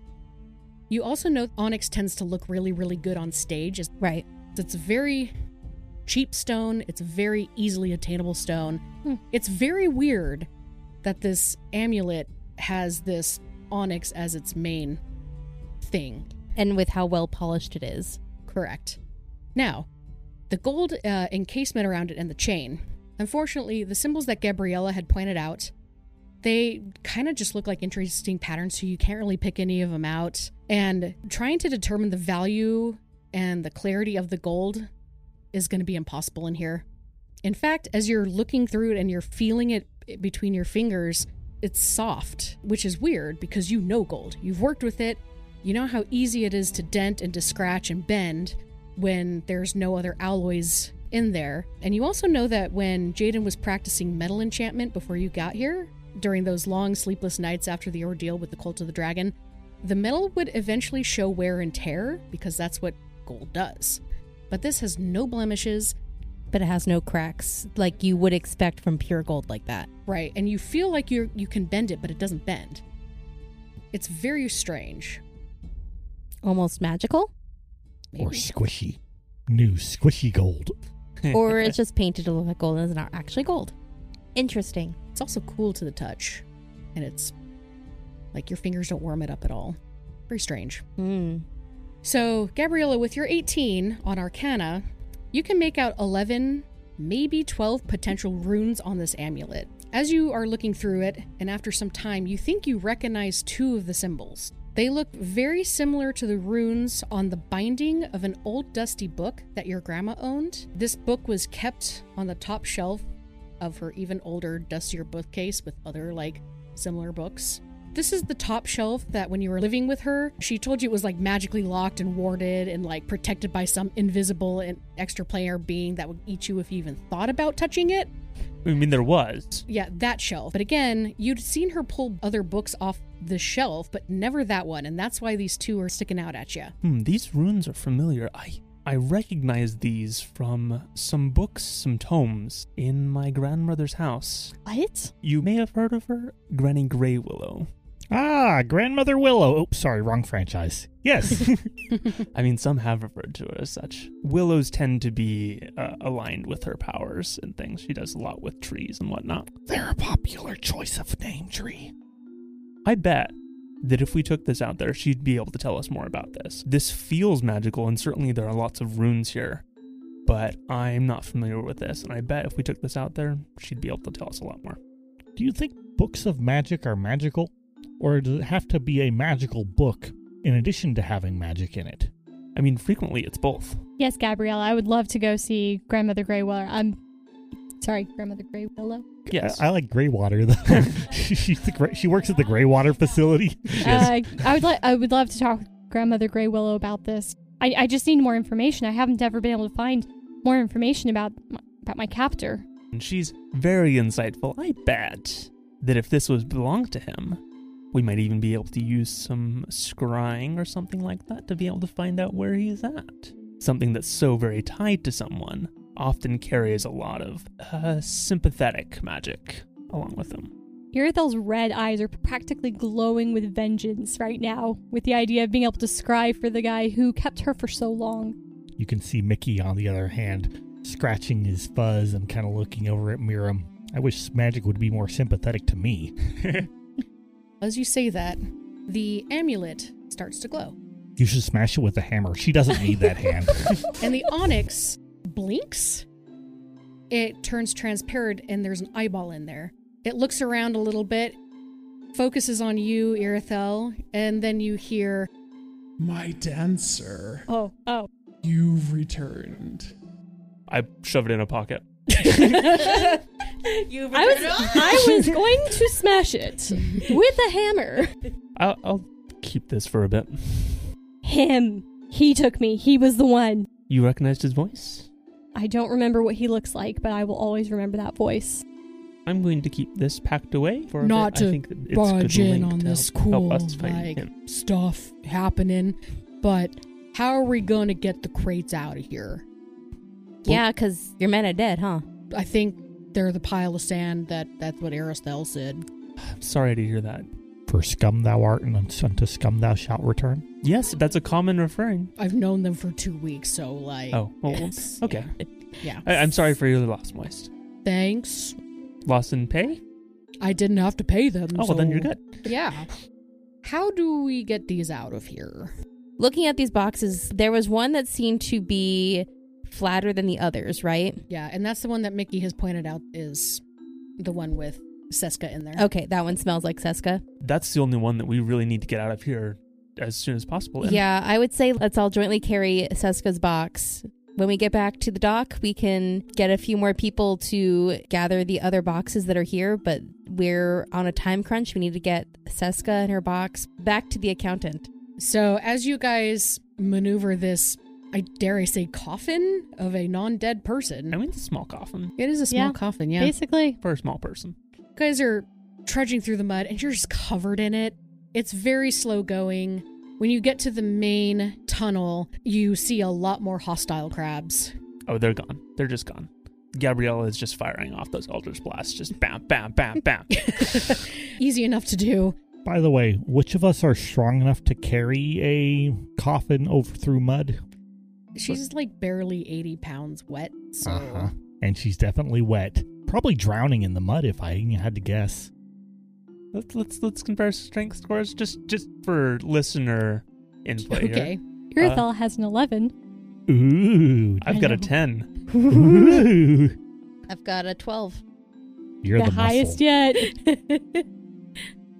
Speaker 1: You also know onyx tends to look really, really good on stage as
Speaker 4: Right.
Speaker 1: it's a very cheap stone. It's a very easily attainable stone. It's very weird that this amulet has this onyx as its main thing.
Speaker 4: And with how well polished it is.
Speaker 1: Correct. Now, the gold uh, encasement around it and the chain. Unfortunately, the symbols that Gabriella had pointed out, they kind of just look like interesting patterns, so you can't really pick any of them out. And trying to determine the value and the clarity of the gold is going to be impossible in here. In fact, as you're looking through it and you're feeling it between your fingers, it's soft, which is weird because you know gold. You've worked with it. You know how easy it is to dent and to scratch and bend when there's no other alloys in there. And you also know that when Jaden was practicing metal enchantment before you got here, during those long sleepless nights after the ordeal with the cult of the dragon, the metal would eventually show wear and tear because that's what gold does. But this has no blemishes,
Speaker 4: But it has no cracks like you would expect from pure gold like that.
Speaker 1: Right, and you feel like you are you can bend it, but it doesn't bend. It's very strange.
Speaker 4: Almost magical.
Speaker 5: Or squishy. New squishy gold.
Speaker 4: or it's just painted to look like gold and it's not actually gold. Interesting.
Speaker 1: It's also cool to the touch, and it's like your fingers don't warm it up at all. Very strange.
Speaker 4: Hmm.
Speaker 1: So, Gabriella, with your 18 on Arcana, you can make out 11, maybe 12 potential runes on this amulet. As you are looking through it, and after some time, you think you recognize two of the symbols. They look very similar to the runes on the binding of an old dusty book that your grandma owned. This book was kept on the top shelf of her even older, dustier bookcase with other, like, similar books. This is the top shelf that when you were living with her, she told you it was like magically locked and warded and like protected by some invisible and extra player being that would eat you if you even thought about touching it.
Speaker 3: I mean, there was.
Speaker 1: Yeah, that shelf. But again, you'd seen her pull other books off the shelf, but never that one, and that's why these two are sticking out at you.
Speaker 3: Hmm, these runes are familiar. I I recognize these from some books, some tomes in my grandmother's house.
Speaker 2: What?
Speaker 3: You may have heard of her, Granny Grey Willow.
Speaker 5: Ah, Grandmother Willow. Oops, sorry, wrong franchise. Yes.
Speaker 3: I mean, some have referred to her as such. Willows tend to be uh, aligned with her powers and things. She does a lot with trees and whatnot.
Speaker 5: They're a popular choice of name tree.
Speaker 3: I bet that if we took this out there, she'd be able to tell us more about this. This feels magical, and certainly there are lots of runes here, but I'm not familiar with this, and I bet if we took this out there, she'd be able to tell us a lot more.
Speaker 5: Do you think books of magic are magical? Or does it have to be a magical book in addition to having magic in it?
Speaker 3: I mean, frequently it's both.
Speaker 2: Yes, Gabrielle, I would love to go see Grandmother Grey Willow. I'm sorry, Grandmother Grey Willow.
Speaker 3: Yes.
Speaker 5: I, I like Greywater, though. she, she's the, Grey- she works at the Greywater facility.
Speaker 2: Uh, I would li- I would love to talk with Grandmother Grey Willow about this. I, I just need more information. I haven't ever been able to find more information about my, about my captor.
Speaker 3: And she's very insightful. I bet that if this was belonged to him, we might even be able to use some scrying or something like that to be able to find out where he's at. Something that's so very tied to someone often carries a lot of uh, sympathetic magic along with them.
Speaker 2: Irithel's red eyes are practically glowing with vengeance right now, with the idea of being able to scry for the guy who kept her for so long.
Speaker 5: You can see Mickey, on the other hand, scratching his fuzz and kind of looking over at Miram. I wish magic would be more sympathetic to me.
Speaker 1: As you say that, the amulet starts to glow,
Speaker 5: You should smash it with a hammer. She doesn't need that hand.
Speaker 1: and the onyx blinks. It turns transparent, and there's an eyeball in there. It looks around a little bit, focuses on you, Irithel, and then you hear
Speaker 8: My dancer,
Speaker 2: Oh, oh.
Speaker 8: you've returned.
Speaker 3: I shove it in a pocket.
Speaker 4: You
Speaker 2: I was, I was going to smash it with a hammer.
Speaker 3: I'll, I'll keep this for a bit.
Speaker 2: Him. He took me. He was the one.
Speaker 3: You recognized his voice?
Speaker 2: I don't remember what he looks like, but I will always remember that voice.
Speaker 3: I'm going to keep this packed away for a
Speaker 1: Not
Speaker 3: bit.
Speaker 1: to
Speaker 3: I think that it's
Speaker 1: barge
Speaker 3: good
Speaker 1: in
Speaker 3: link
Speaker 1: on
Speaker 3: to
Speaker 1: this
Speaker 3: help,
Speaker 1: cool
Speaker 3: help us find
Speaker 1: like
Speaker 3: him.
Speaker 1: stuff happening, but how are we gonna get the crates out of here?
Speaker 4: yeah, because your men are dead, huh?
Speaker 1: I think they're the pile of sand that that's what Aristel said.
Speaker 3: I'm sorry to hear that.
Speaker 5: For scum thou art, and unto scum thou shalt return.
Speaker 3: Yes, that's a common refrain.
Speaker 1: I've known them for two weeks, so like
Speaker 3: Oh, well,
Speaker 1: it's-
Speaker 3: okay.
Speaker 1: Yeah.
Speaker 3: I, I'm sorry for your loss, Moist.
Speaker 1: Thanks.
Speaker 3: Loss in pay?
Speaker 1: I didn't have to pay them.
Speaker 3: Oh, well, then you're
Speaker 1: so-
Speaker 3: good.
Speaker 1: Yeah. How do we get these out of here?
Speaker 4: Looking at these boxes, there was one that seemed to be flatter than the others, right?
Speaker 1: Yeah, and that's the one that Mickey has pointed out is the one with Seska in there.
Speaker 4: Okay, that one smells like Seska.
Speaker 3: That's the only one that we really need to get out of here as soon as possible. And
Speaker 4: Yeah, I would say let's all jointly carry Seska's box. When we get back to the dock, we can get a few more people to gather the other boxes that are here, but we're on a time crunch. We need to get Seska and her box back to the accountant.
Speaker 1: So, as you guys maneuver this, I dare I say, coffin of a non dead person,
Speaker 3: I mean, it's a small coffin
Speaker 1: it is a small
Speaker 2: Yeah.
Speaker 1: coffin, yeah.
Speaker 2: Basically,
Speaker 3: for a small person.
Speaker 1: You guys are trudging through the mud and you're just covered in it. It's very slow going. When you get to the main tunnel, you see a lot more hostile crabs.
Speaker 3: Oh, they're gone. They're just gone. Gabriella is just firing off those Eldritch Blasts. Just bam, bam, bam, bam.
Speaker 1: Easy enough to do.
Speaker 5: By the way, which of us are strong enough to carry a coffin over through mud?
Speaker 1: She's like barely 80 pounds wet. So.
Speaker 5: And she's definitely wet. Probably drowning in the mud, if I had to guess.
Speaker 3: let's, let's, let's compare strength scores just, just for listener input here.
Speaker 1: Okay.
Speaker 2: Urethel has an 11.
Speaker 5: Ooh.
Speaker 3: I've
Speaker 2: I
Speaker 3: got
Speaker 2: know.
Speaker 3: a 10.
Speaker 5: Ooh.
Speaker 4: I've got a 12.
Speaker 5: You're the,
Speaker 2: highest
Speaker 5: muscle.
Speaker 2: yet.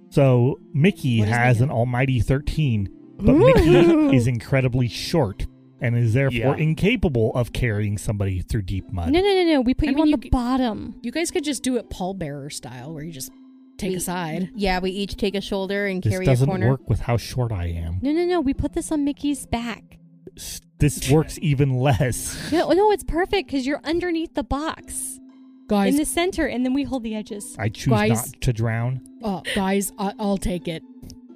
Speaker 5: So Mickey
Speaker 4: What is
Speaker 5: has
Speaker 4: that?
Speaker 5: an almighty 13, but Mickey is incredibly short and is therefore
Speaker 3: Yeah.
Speaker 5: incapable of carrying somebody through deep mud.
Speaker 2: No, no, no, no. We put
Speaker 1: I
Speaker 2: you
Speaker 1: mean,
Speaker 2: on
Speaker 1: you
Speaker 2: the
Speaker 1: c-
Speaker 2: bottom.
Speaker 1: You guys could just do it pallbearer style, where you just take
Speaker 4: We-
Speaker 1: a side.
Speaker 4: Yeah, we each take a shoulder and
Speaker 5: This
Speaker 4: carry a
Speaker 5: doesn't
Speaker 4: corner.
Speaker 5: work with how short I am.
Speaker 2: No, no, no. We put this on Mickey's back.
Speaker 5: S- This works even less.
Speaker 2: No, no, it's perfect because you're underneath the box in
Speaker 1: Guys,
Speaker 2: the center, and then we hold the edges.
Speaker 5: I choose
Speaker 1: Guys.
Speaker 5: not to drown.
Speaker 1: oh, guys, I- I'll take it.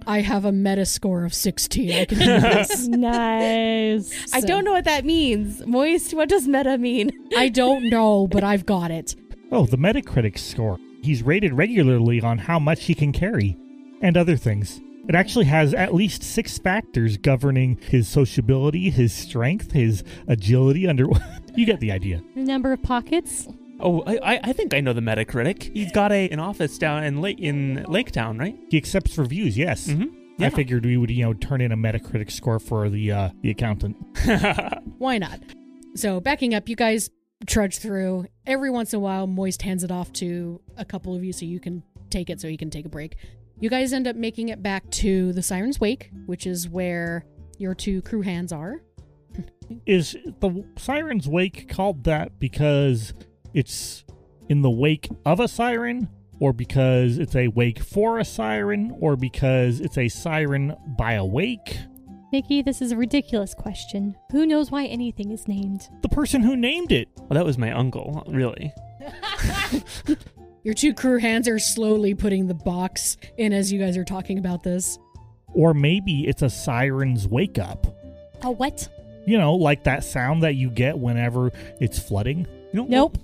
Speaker 1: I have a meta score of 16. I can do this.
Speaker 2: nice.
Speaker 4: I don't know what that means. Moist, what does meta mean?
Speaker 1: I don't know, but I've got it.
Speaker 5: Oh, the Metacritic score. He's rated regularly on how much he can carry and other things. It actually has at least six factors governing his sociability, his strength, his agility under. you get the idea.
Speaker 2: The number of pockets.
Speaker 3: Oh, I, I, I think I know the Metacritic. He's got a an office down in Lake in Lake Town, right?
Speaker 5: He accepts reviews, yes.
Speaker 3: Mm-hmm.
Speaker 5: I figured we would, you know, turn in a Metacritic score for the uh, the accountant.
Speaker 1: Why not? So, backing up, you guys trudge through. Every once in a while, Moist hands it off to a couple of you so you can take it, so you can take a break. You guys end up making it back to the Siren's Wake, which is where your two crew hands are.
Speaker 5: Is the Siren's Wake called that because it's in the wake of a siren, or because it's a wake for a siren, or because it's a siren by a wake?
Speaker 2: Mickey, this is a ridiculous question. Who knows why anything is named?
Speaker 5: The person who named it.
Speaker 3: Well, that was my uncle, really.
Speaker 1: Your two crew hands are slowly putting the box in as you guys are talking about this.
Speaker 5: Or maybe it's a siren's wake up.
Speaker 2: A what?
Speaker 5: You know, like that sound that you get whenever it's flooding.
Speaker 3: You know,
Speaker 2: Nope.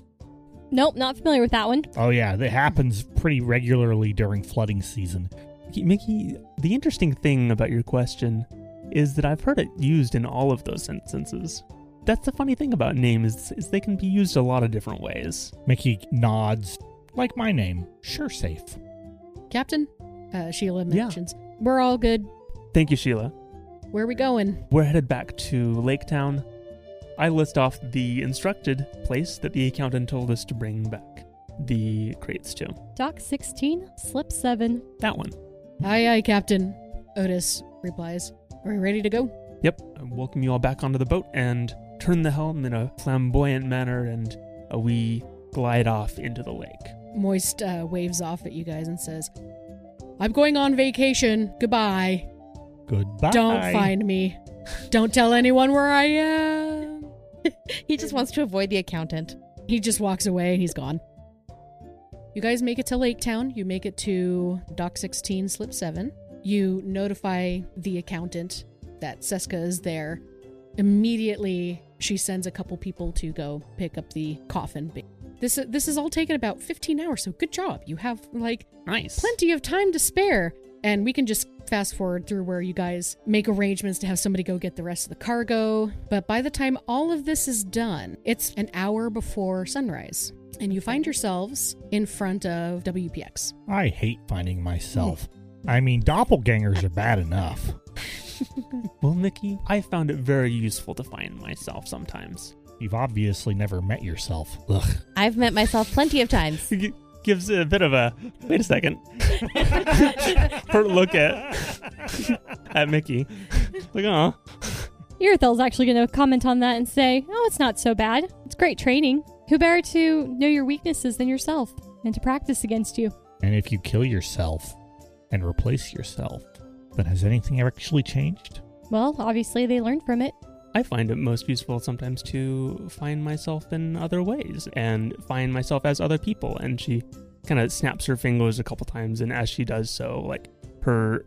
Speaker 2: Nope, not familiar with that one.
Speaker 5: Oh, yeah, that happens pretty regularly during flooding season.
Speaker 3: Mickey, Mickey, the interesting thing about your question is that I've heard it used in all of those instances. That's the funny thing about names is they can be used a lot of different ways.
Speaker 5: Mickey nods, like my name. Sure, safe.
Speaker 1: Captain, uh, Sheila
Speaker 3: Yeah.
Speaker 1: mentions, We're all good.
Speaker 3: Thank you, Sheila.
Speaker 1: Where are we going?
Speaker 3: We're headed back to Lake Town. I list off the instructed place that the accountant told us to bring back the crates to.
Speaker 2: Doc 16, slip 7.
Speaker 3: That one.
Speaker 1: Aye, aye, Captain. Otis replies, Are we ready to go?
Speaker 3: Yep. I welcome you all back onto the boat and turn the helm in a flamboyant manner, and uh, we glide off into the lake.
Speaker 1: Moist uh, waves off at you guys and says, I'm going on vacation. Goodbye.
Speaker 5: Goodbye.
Speaker 1: Don't find me. Don't tell anyone where I am.
Speaker 4: He just wants to avoid the accountant.
Speaker 1: He just walks away and he's gone. You guys make it to Lake Town. You make it to Dock 16, Slip 7. You notify the accountant that Seska is there. Immediately, she sends a couple people to go pick up the coffin. This, this is all taken about 15 hours, so good job. You have like
Speaker 3: Nice.
Speaker 1: plenty of time to spare. And we can just fast forward through where you guys make arrangements to have somebody go get the rest of the cargo. But by the time all of this is done, it's an hour before sunrise. And you find yourselves in front of WPX.
Speaker 5: I hate finding myself. I mean, doppelgangers are bad enough.
Speaker 3: Well, Mickey, I found it very useful to find myself sometimes.
Speaker 5: You've obviously never met yourself. Ugh.
Speaker 4: I've met myself plenty of times.
Speaker 3: It gives it a bit of a wait a second. Hurt look at at Mickey. Like, oh,
Speaker 2: Irithel's actually going to comment on that and say, Oh, it's not so bad. It's great training. Who better to know your weaknesses than yourself and to practice against you?
Speaker 5: And if you kill yourself and replace yourself, then has anything actually changed?
Speaker 2: Well, obviously, they learned from it.
Speaker 3: I find it most useful sometimes to find myself in other ways and find myself as other people. And she kind of snaps her fingers a couple times, and as she does so, like her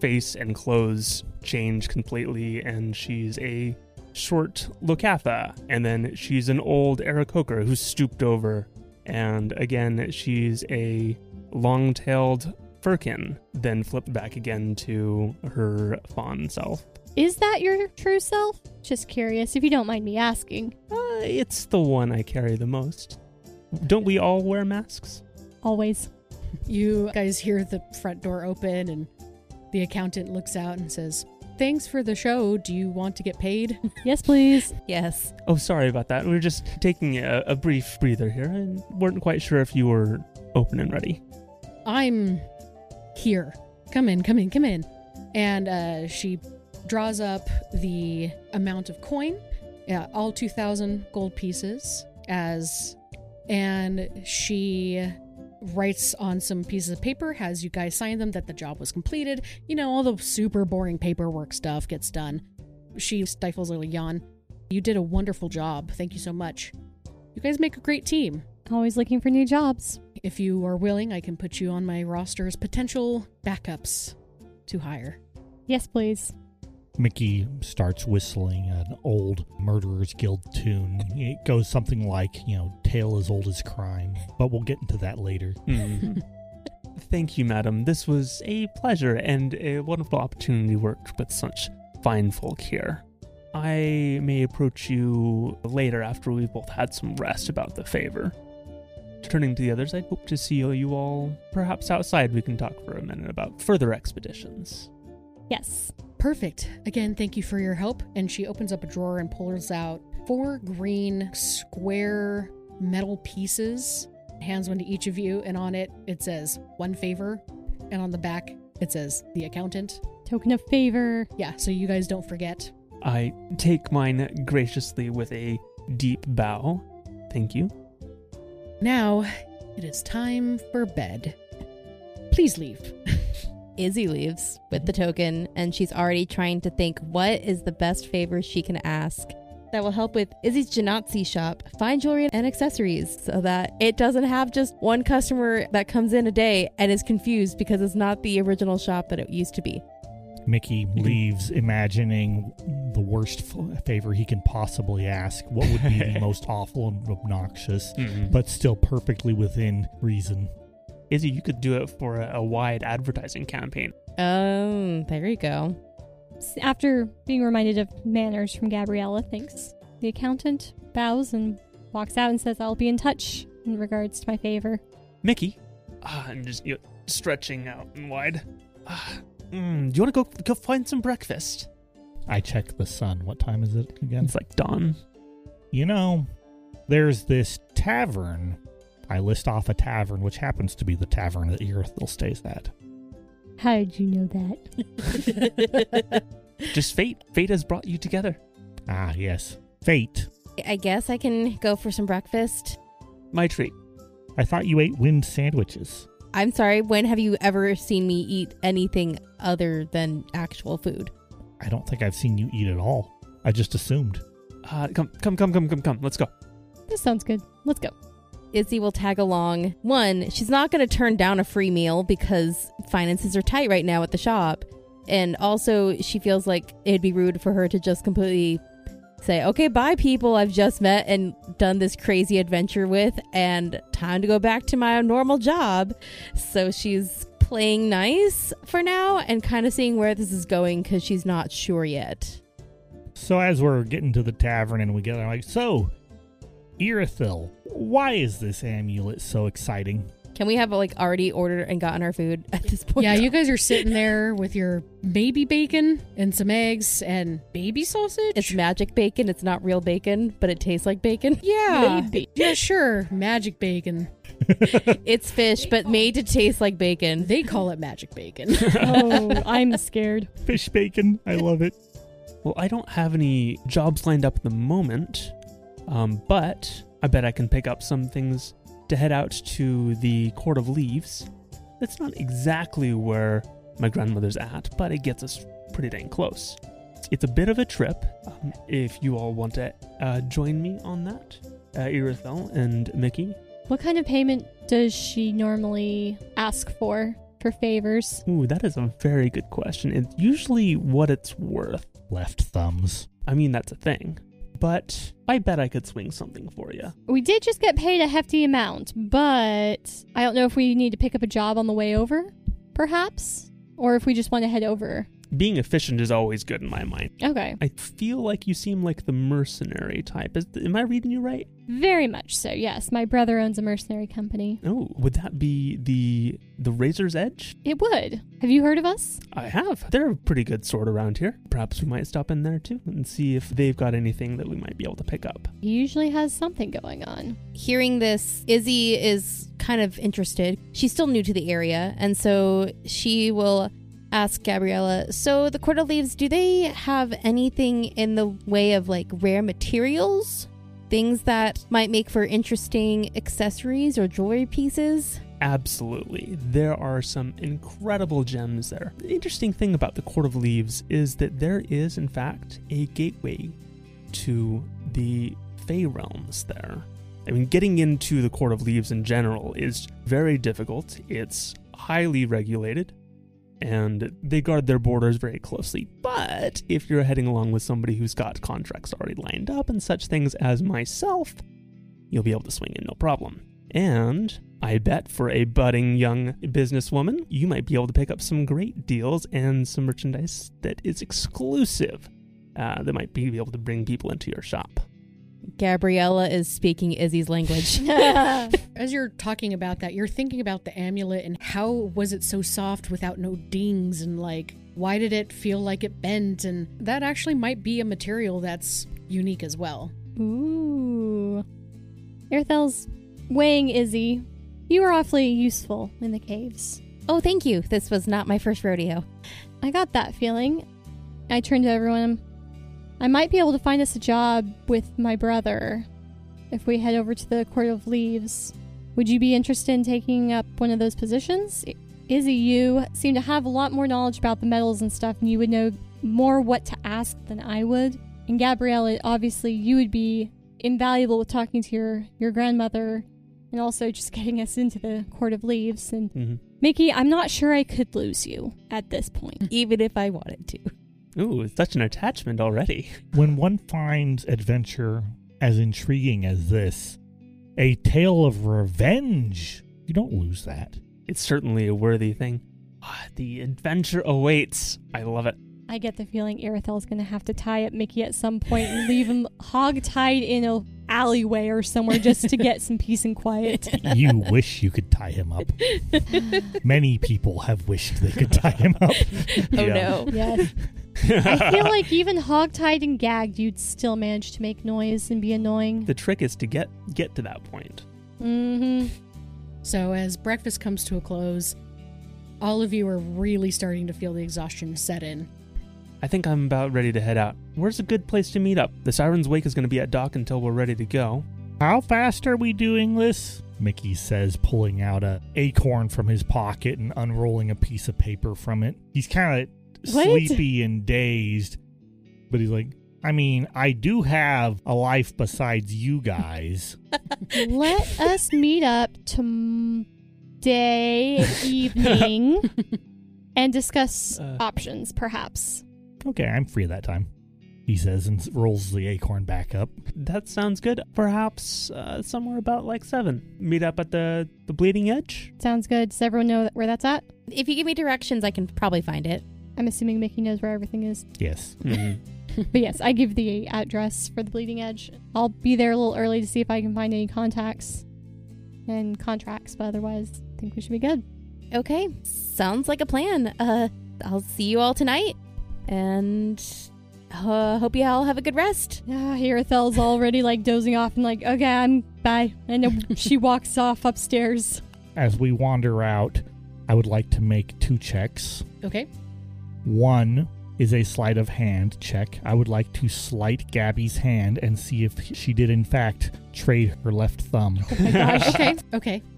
Speaker 3: face and clothes change completely, and she's a short Locatha, and then she's an old Arakoker who's stooped over, and again she's a long-tailed Firkin, then flipped back again to her fawn self.
Speaker 2: Is that your true self? Just curious, if you don't mind me asking.
Speaker 3: Uh, it's the one I carry the most. Don't we all wear masks?
Speaker 2: Always.
Speaker 1: You guys hear the front door open, and the accountant looks out and says, Thanks for the show. Do you want to get paid?
Speaker 2: Yes, please.
Speaker 4: Yes.
Speaker 3: Oh, sorry about that. We are just taking a, a brief breather here and weren't quite sure if you were open and ready.
Speaker 1: I'm here. come in, come in, come in. And uh, she draws up the amount of coin, uh, all 2,000 gold pieces, as, and she writes on some pieces of paper, has you guys sign them that the job was completed. You know, all the super boring paperwork stuff gets done. She stifles a little yawn. You did a wonderful job. Thank you so much. You guys make a great team.
Speaker 2: Always looking for new jobs.
Speaker 1: If you are willing, I can put you on my roster as potential backups to hire.
Speaker 2: Yes, please.
Speaker 5: Mickey starts whistling an old Murderers Guild tune. It goes something like, you know, tale as old as crime, but we'll get into that later.
Speaker 3: Hmm. Thank you, madam. This was a pleasure and a wonderful opportunity to work with such fine folk here. I may approach you later after we've both had some rest about the favor. Turning to the others, I hope to see you all. Perhaps outside we can talk for a minute about further expeditions.
Speaker 2: Yes.
Speaker 1: Perfect. Again, thank you for your help. And she opens up a drawer and pulls out four green square metal pieces, hands one to each of you, and on it it says one favor, and on the back it says the accountant.
Speaker 2: Token of favor.
Speaker 1: Yeah, so you guys don't forget.
Speaker 3: I take mine graciously with a deep bow. Thank you.
Speaker 1: Now it is time for bed. Please leave.
Speaker 4: Izzy leaves with the token, and she's already trying to think what is the best favor she can ask that will help with Izzy's Genazzi shop find jewelry and accessories so that it doesn't have just one customer that comes in a day and is confused because it's not the original shop that it used to be.
Speaker 5: Mickey leaves imagining the worst f- favor he can possibly ask, what would be the most awful and obnoxious, but still perfectly within reason.
Speaker 3: Izzy, you could do it for a, a wide advertising campaign.
Speaker 4: Um, there you go.
Speaker 2: S- After being reminded of manners from Gabriella, thanks. The accountant bows and walks out and says, I'll be in touch in regards to my favor.
Speaker 3: Mickey, ah, I'm just you know, stretching out and wide. Ah, mm, do you want to go go find some breakfast?
Speaker 5: I check the sun. What time is it again?
Speaker 3: It's like dawn.
Speaker 5: You know, there's this tavern. I list off a tavern, which happens to be the tavern that Earthil stays at.
Speaker 2: How did you know that?
Speaker 3: Just fate. Fate has brought you together.
Speaker 5: Ah, yes. Fate.
Speaker 4: I guess I can go for some breakfast.
Speaker 3: My treat.
Speaker 5: I thought you ate wind sandwiches.
Speaker 4: I'm sorry, when have you ever seen me eat anything other than actual food?
Speaker 5: I don't think I've seen you eat at all. I just assumed.
Speaker 3: Uh, come, come, come, come, come, come. Let's go.
Speaker 2: This sounds good. Let's go.
Speaker 4: Izzy will tag along. One, she's not going to turn down a free meal because finances are tight right now at the shop. And also, she feels like it'd be rude for her to just completely say, okay, bye, people I've just met and done this crazy adventure with, and time to go back to my normal job. So she's playing nice for now and kind of seeing where this is going because she's not sure yet.
Speaker 5: So as we're getting to the tavern and we get there, I'm like, so, Earthil, why is this amulet so exciting?
Speaker 4: Can we have like already ordered and gotten our food at this point?
Speaker 1: yeah, you guys are sitting there with your baby bacon and some eggs and baby sausage.
Speaker 4: It's magic bacon. It's not real bacon, but it tastes like bacon.
Speaker 1: yeah. Yeah, sure. Magic bacon.
Speaker 4: It's fish, but made to taste like bacon.
Speaker 1: They call it magic bacon.
Speaker 2: oh, I'm scared.
Speaker 5: Fish bacon. I love it.
Speaker 3: Well, I don't have any jobs lined up at the moment, um, but I bet I can pick up some things to head out to the Court of Leaves. That's not exactly where my grandmother's at, but it gets us pretty dang close. It's a bit of a trip. Um, if you all want to uh, join me on that, uh, Irithel and Mickey.
Speaker 2: What kind of payment does she normally ask for for favors?
Speaker 3: Ooh, that is a very good question. It's usually what it's worth.
Speaker 5: Left thumbs.
Speaker 3: I mean, that's a thing. But I bet I could swing something for you.
Speaker 2: We did just get paid a hefty amount, but I don't know if we need to pick up a job on the way over, perhaps, or if we just want to head over.
Speaker 3: Being efficient is always good in my mind.
Speaker 2: Okay.
Speaker 3: I feel like you seem like the mercenary type. Is, am I reading you right?
Speaker 2: Very much so, yes. My brother owns a mercenary company.
Speaker 3: Oh, would that be the the Razor's Edge?
Speaker 2: It would. Have you heard of us?
Speaker 3: I have. They're a pretty good sort around here. Perhaps we might stop in there too and see if they've got anything that we might be able to pick up.
Speaker 2: He usually has something going on.
Speaker 4: Hearing this, Izzy is kind of interested. She's still new to the area, and so she will ask Gabriella. So the Court of Leaves, do they have anything in the way of like rare materials? Things that might make for interesting accessories or jewelry pieces?
Speaker 3: Absolutely. There are some incredible gems there. The interesting thing about the Court of Leaves is that there is, in fact, a gateway to the Fey realms there. I mean, getting into the Court of Leaves in general is very difficult, it's highly regulated, and they guard their borders very closely. But if you're heading along with somebody who's got contracts already lined up and such things as myself, you'll be able to swing in no problem. And I bet for a budding young businesswoman, you might be able to pick up some great deals and some merchandise that is exclusive uh, that might be able to bring people into your shop.
Speaker 4: Gabriella is speaking Izzy's language.
Speaker 1: As you're talking about that, you're thinking about the amulet and how was it so soft without no dings and like why did it feel like it bent and that actually might be a material that's unique as well.
Speaker 2: Ooh. Airthel's weighing Izzy. You were awfully useful in the caves.
Speaker 4: oh, thank you. This was not my first rodeo.
Speaker 2: I got that feeling. I turned to everyone. I might be able to find us a job with my brother if we head over to the Court of Leaves. Would you be interested in taking up one of those positions? I- Izzy, you seem to have a lot more knowledge about the metals and stuff, and you would know more what to ask than I would. And Gabriella, obviously, you would be invaluable with talking to your, your grandmother and also just getting us into the Court of Leaves. And
Speaker 3: Mm-hmm.
Speaker 2: Mickey, I'm not sure I could lose you at this point.
Speaker 4: Even if I wanted to.
Speaker 3: Ooh, it's such an attachment already.
Speaker 5: When one finds adventure as intriguing as this, a tale of revenge, you don't lose that.
Speaker 3: It's certainly a worthy thing. Ah, the adventure awaits. I love it.
Speaker 2: I get the feeling Aerithel's gonna have to tie up Mickey at some point and leave him hog-tied in a alleyway or somewhere just to get some peace and quiet.
Speaker 5: You wish you could tie him up. Many people have wished they could tie him up.
Speaker 4: Oh, no.
Speaker 2: Yes. I feel like even hog-tied and gagged, you'd still manage to make noise and be annoying.
Speaker 3: the trick is to get get to that point.
Speaker 2: Mm-hmm.
Speaker 1: So as breakfast comes to a close, all of you are really starting to feel the exhaustion set in.
Speaker 3: I think I'm about ready to head out. Where's a good place to meet up? The Siren's Wake is going to be at dock until we're ready to go.
Speaker 5: How fast are we doing this? Mickey says, pulling out a acorn from his pocket and unrolling a piece of paper from it. He's kind of
Speaker 2: What?
Speaker 5: sleepy and dazed, but he's like, I mean, I do have a life besides you guys.
Speaker 2: Let us meet up today evening and discuss
Speaker 3: Uh.
Speaker 2: options, perhaps.
Speaker 5: okay, I'm free that time, he says, and s- rolls the acorn back up.
Speaker 3: That sounds good. Perhaps uh, somewhere about like seven. Meet up at the the Bleeding Edge.
Speaker 2: Sounds good. Does everyone know where that's at?
Speaker 4: If you give me directions, I can probably find it.
Speaker 2: I'm assuming Mickey knows where everything is.
Speaker 5: Yes. Mm-hmm.
Speaker 2: But yes, I give the address for the Bleeding Edge. I'll be there a little early to see if I can find any contacts and contracts, but otherwise, I think we should be good.
Speaker 4: Okay. Sounds like a plan. Uh, I'll see you all tonight. And uh, hope you all have a good rest.
Speaker 2: Ah, Hirathel's already like dozing off and like, okay, I'm bye. And then she walks off upstairs.
Speaker 5: As we wander out, I would like to make two checks.
Speaker 1: Okay?
Speaker 5: One is a sleight of hand check. I would like to slight Gabby's hand and see if she did, in fact, trade her left thumb.
Speaker 1: Oh My gosh. okay. Okay.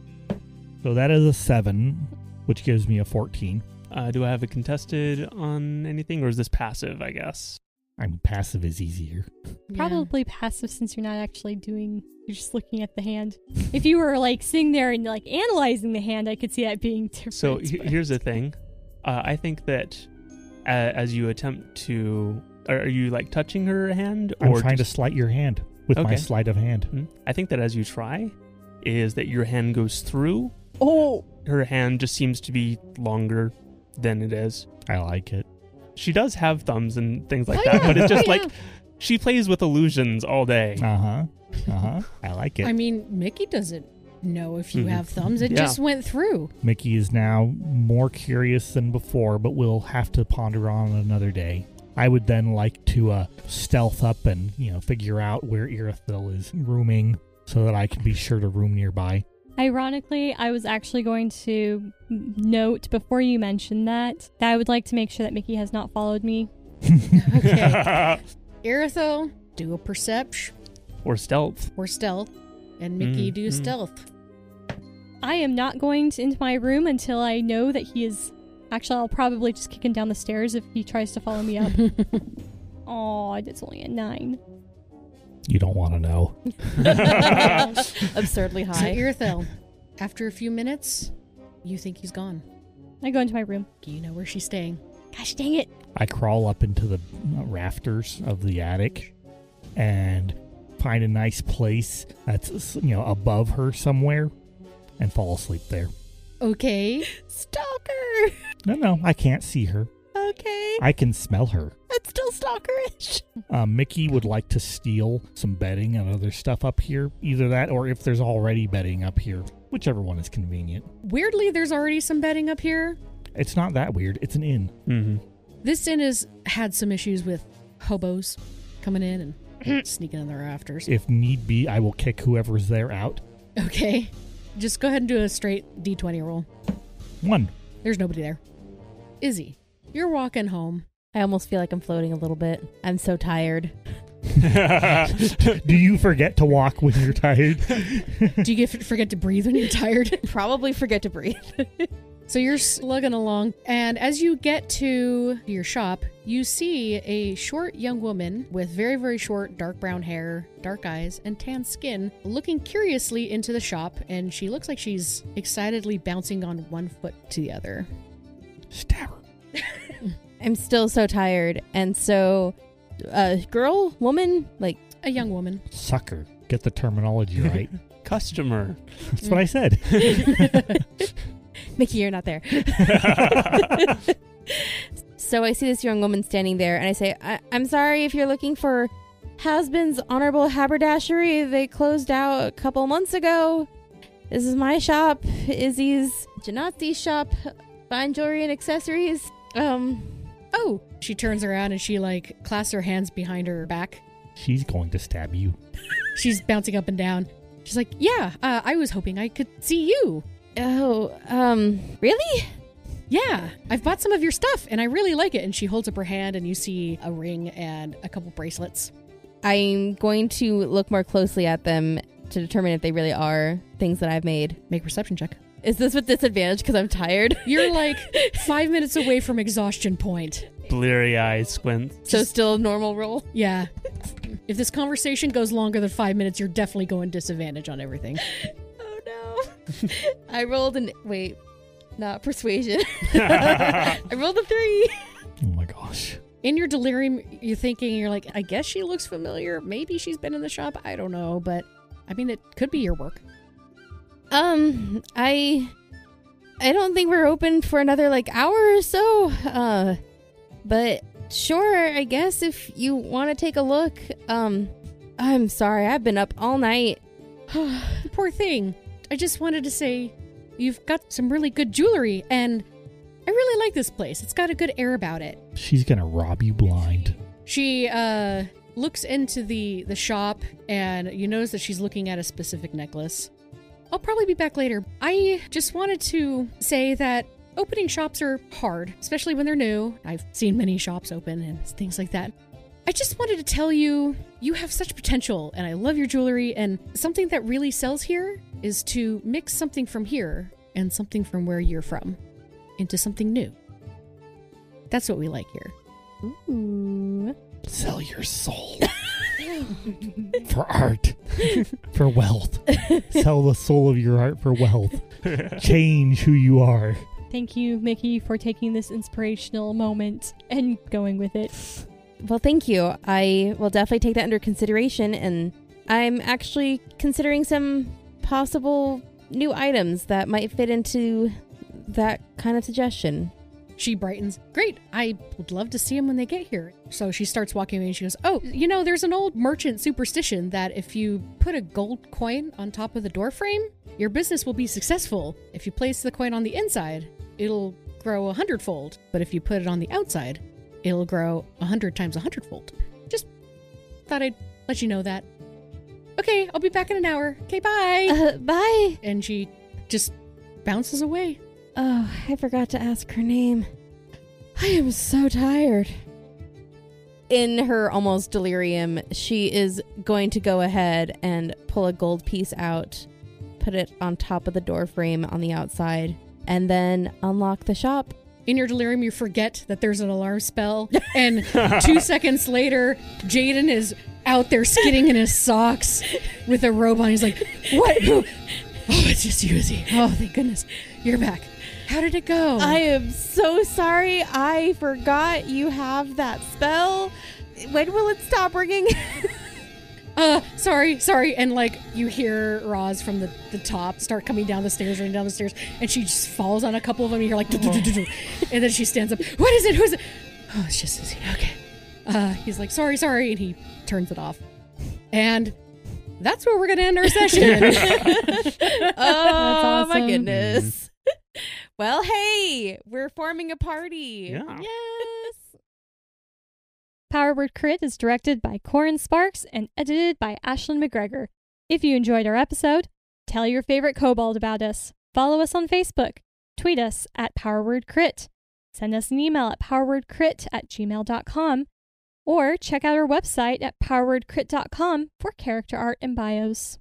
Speaker 5: So that is a seven, which gives me a 14.
Speaker 3: Uh, do I have it contested on anything, or is this passive? I guess.
Speaker 5: I mean, passive is easier.
Speaker 1: Yeah.
Speaker 2: Probably passive since you're not actually doing, you're just looking at the hand. If you were like sitting there and like analyzing the hand, I could see that being different.
Speaker 3: So he-
Speaker 2: but-
Speaker 3: here's the thing. Uh, I think that uh, as you attempt to, are, are you like touching her hand,
Speaker 5: I'm
Speaker 3: or
Speaker 5: trying
Speaker 3: just-
Speaker 5: to slight your hand with my
Speaker 3: Okay.
Speaker 5: sleight of hand.
Speaker 3: Hmm? I think that as you try, is that your hand goes through.
Speaker 2: Oh,
Speaker 3: Her hand just seems to be longer than it is.
Speaker 5: I like it.
Speaker 3: She does have thumbs and things like
Speaker 2: Oh,
Speaker 3: that,
Speaker 2: yeah.
Speaker 3: but it's just
Speaker 2: Oh, yeah.
Speaker 3: like she plays with illusions all day.
Speaker 5: Uh huh. Uh huh. I like it.
Speaker 1: I mean, Mickey doesn't know if you
Speaker 3: Mhm.
Speaker 1: have thumbs. It
Speaker 3: Yeah.
Speaker 1: just went through.
Speaker 5: Mickey is now more curious than before, but we'll have to ponder on another day. I would then like to uh, stealth up and you know figure out where Irithil is rooming so that I can be sure to room nearby.
Speaker 2: Ironically, I was actually going to m- note before you mentioned that that I would like to make sure that Mickey has not followed me.
Speaker 1: Okay. Irithyll, do a perception
Speaker 3: or stealth.
Speaker 1: or stealth, and Mickey
Speaker 3: Mm,
Speaker 1: do
Speaker 3: mm.
Speaker 1: stealth.
Speaker 2: I am not going to, into my room until I know that he is. Actually, I'll probably just kick him down the stairs if he tries to follow me up. Oh, it's only at nine.
Speaker 5: You don't want to know.
Speaker 4: Absurdly
Speaker 1: So
Speaker 4: high.
Speaker 1: Irithyll, after a few minutes, you think he's gone.
Speaker 2: I go into my room.
Speaker 1: Do you know where she's staying?
Speaker 2: Gosh dang it!
Speaker 5: I crawl up into the uh, rafters of the attic and find a nice place that's you know above her somewhere and fall asleep there.
Speaker 1: Okay.
Speaker 4: Stalker.
Speaker 5: No, no, I can't see her.
Speaker 4: Okay.
Speaker 5: I can smell her.
Speaker 4: That's still stalkerish.
Speaker 5: Um, Mickey would like to steal some bedding and other stuff up here. Either that, or if there's already bedding up here, whichever one is convenient.
Speaker 1: Weirdly, there's already some bedding up here.
Speaker 5: It's not that weird. It's an inn.
Speaker 3: Mm-hmm.
Speaker 1: This inn has had some issues with hobos coming in and sneaking in the rafters.
Speaker 5: If need be, I will kick whoever's there out.
Speaker 1: Okay. Just go ahead and do a straight D20 roll.
Speaker 5: One.
Speaker 1: There's nobody there. Izzy, you're walking home.
Speaker 4: I almost feel like I'm floating a little bit. I'm so tired.
Speaker 5: Do you forget to walk when you're tired?
Speaker 1: Do you get, forget to breathe when you're tired?
Speaker 4: Probably forget to breathe.
Speaker 1: So you're slugging along, and as you get to your shop, you see a short young woman with very, very short dark brown hair, dark eyes, and tan skin looking curiously into the shop, and she looks like she's excitedly bouncing on one foot to the other.
Speaker 5: Stab her.
Speaker 4: I'm still so tired. And so, uh, girl, woman, like,
Speaker 1: A young woman.
Speaker 5: Sucker. Get the terminology right.
Speaker 3: Customer.
Speaker 5: That's what I said.
Speaker 4: Mickey, you're not there. so I see this young woman standing there, and I say, I- I'm sorry if you're looking for Hasbin's Honorable Haberdashery. They closed out a couple months ago. This is my shop, Izzy's Janati shop, fine jewelry and accessories. Um,
Speaker 1: Oh! She turns around and she, like, clasps her hands behind her back.
Speaker 5: She's going to stab you.
Speaker 1: She's bouncing up and down. She's like, Yeah, uh, I was hoping I could see you.
Speaker 4: oh, um, really?
Speaker 1: Yeah, I've bought some of your stuff and I really like it. And she holds up her hand and you see a ring and a couple bracelets.
Speaker 4: I'm going to look more closely at them to determine if they really are things that I've made.
Speaker 1: Make a perception check.
Speaker 4: Is this with disadvantage because I'm tired?
Speaker 1: You're like five minutes away from exhaustion point.
Speaker 3: Bleary eyed squints.
Speaker 4: so still normal roll.
Speaker 1: Yeah. If this conversation goes longer than five minutes, you're definitely going disadvantage on everything.
Speaker 4: Oh no. I rolled an wait, not persuasion. I rolled a three.
Speaker 5: Oh my gosh.
Speaker 1: In your delirium, you're thinking, you're like, I guess she looks familiar. Maybe she's been in the shop. I don't know. But I mean, it could be your work.
Speaker 4: Um, I I don't think we're open for another like hour or so. Uh but sure, I guess if you want to take a look. Um I'm sorry, I've been up all night.
Speaker 1: Poor thing. I just wanted to say you've got some really good jewelry and I really like this place. It's got a good air about it.
Speaker 5: She's going to rob you blind.
Speaker 1: She uh, looks into the the shop, and you notice that she's looking at a specific necklace. I'll probably be back later. I just wanted to say that opening shops are hard, especially when they're new. I've seen many shops open and things like that. I just wanted to tell you you have such potential, and I love your jewelry. And something that really sells here is to mix something from here and something from where you're from into something new. That's what we like here.
Speaker 2: Ooh.
Speaker 5: Sell your soul for art, for wealth. Sell the soul of your art for wealth. Change who you are.
Speaker 2: Thank you, Mickey, for taking this inspirational moment and going with it.
Speaker 4: Well, thank you. I will definitely take that under consideration and I'm actually considering some possible new items that might fit into that kind of suggestion.
Speaker 1: She brightens. Great. I would love to see them when they get here. So she starts walking away and she goes, Oh, you know, there's an old merchant superstition that if you put a gold coin on top of the door frame, your business will be successful. If you place the coin on the inside, it'll grow a hundredfold. But if you put it on the outside, it'll grow a hundred times a hundredfold. Just thought I'd let you know that. Okay, I'll be back in an hour. Okay, bye.
Speaker 2: Uh, bye.
Speaker 1: and she just bounces away.
Speaker 2: Oh, I forgot to ask her name. I am so tired.
Speaker 4: in her almost delirium, she is going to go ahead and pull a gold piece out, put it on top of the door frame on the outside, and then unlock the shop.
Speaker 1: In your delirium, you forget that there's an alarm spell, and two seconds later, Jaden is out there skidding in his socks with a robe on. He's like, "What? oh, it's just Yuzi. Oh, thank goodness, you're back. How did it go?
Speaker 4: I am so sorry. I forgot you have that spell. When will it stop ringing?
Speaker 1: uh, sorry, sorry." And like, you hear Roz from the, the top start coming down the stairs, running down the stairs, and she just falls on a couple of them. You hear like, "Du-du-du-du-du." and then she stands up. What is it? Who's it? Oh, it's just Susie. Okay. Uh, he's like, sorry, sorry, and he turns it off. And that's where we're going to end our session.
Speaker 4: oh my
Speaker 2: awesome.
Speaker 4: goodness. Well, hey, we're forming a party.
Speaker 3: Yeah.
Speaker 4: Yes.
Speaker 2: Power Word Crit is directed by Corin Sparks and edited by Ashlyn McGregor. If you enjoyed our episode, tell your favorite kobold about us. Follow us on Facebook. Tweet us at Power Word Crit. Send us an email at powerwordcrit at gmail.com or check out our website at powerwordcrit.com for character art and bios.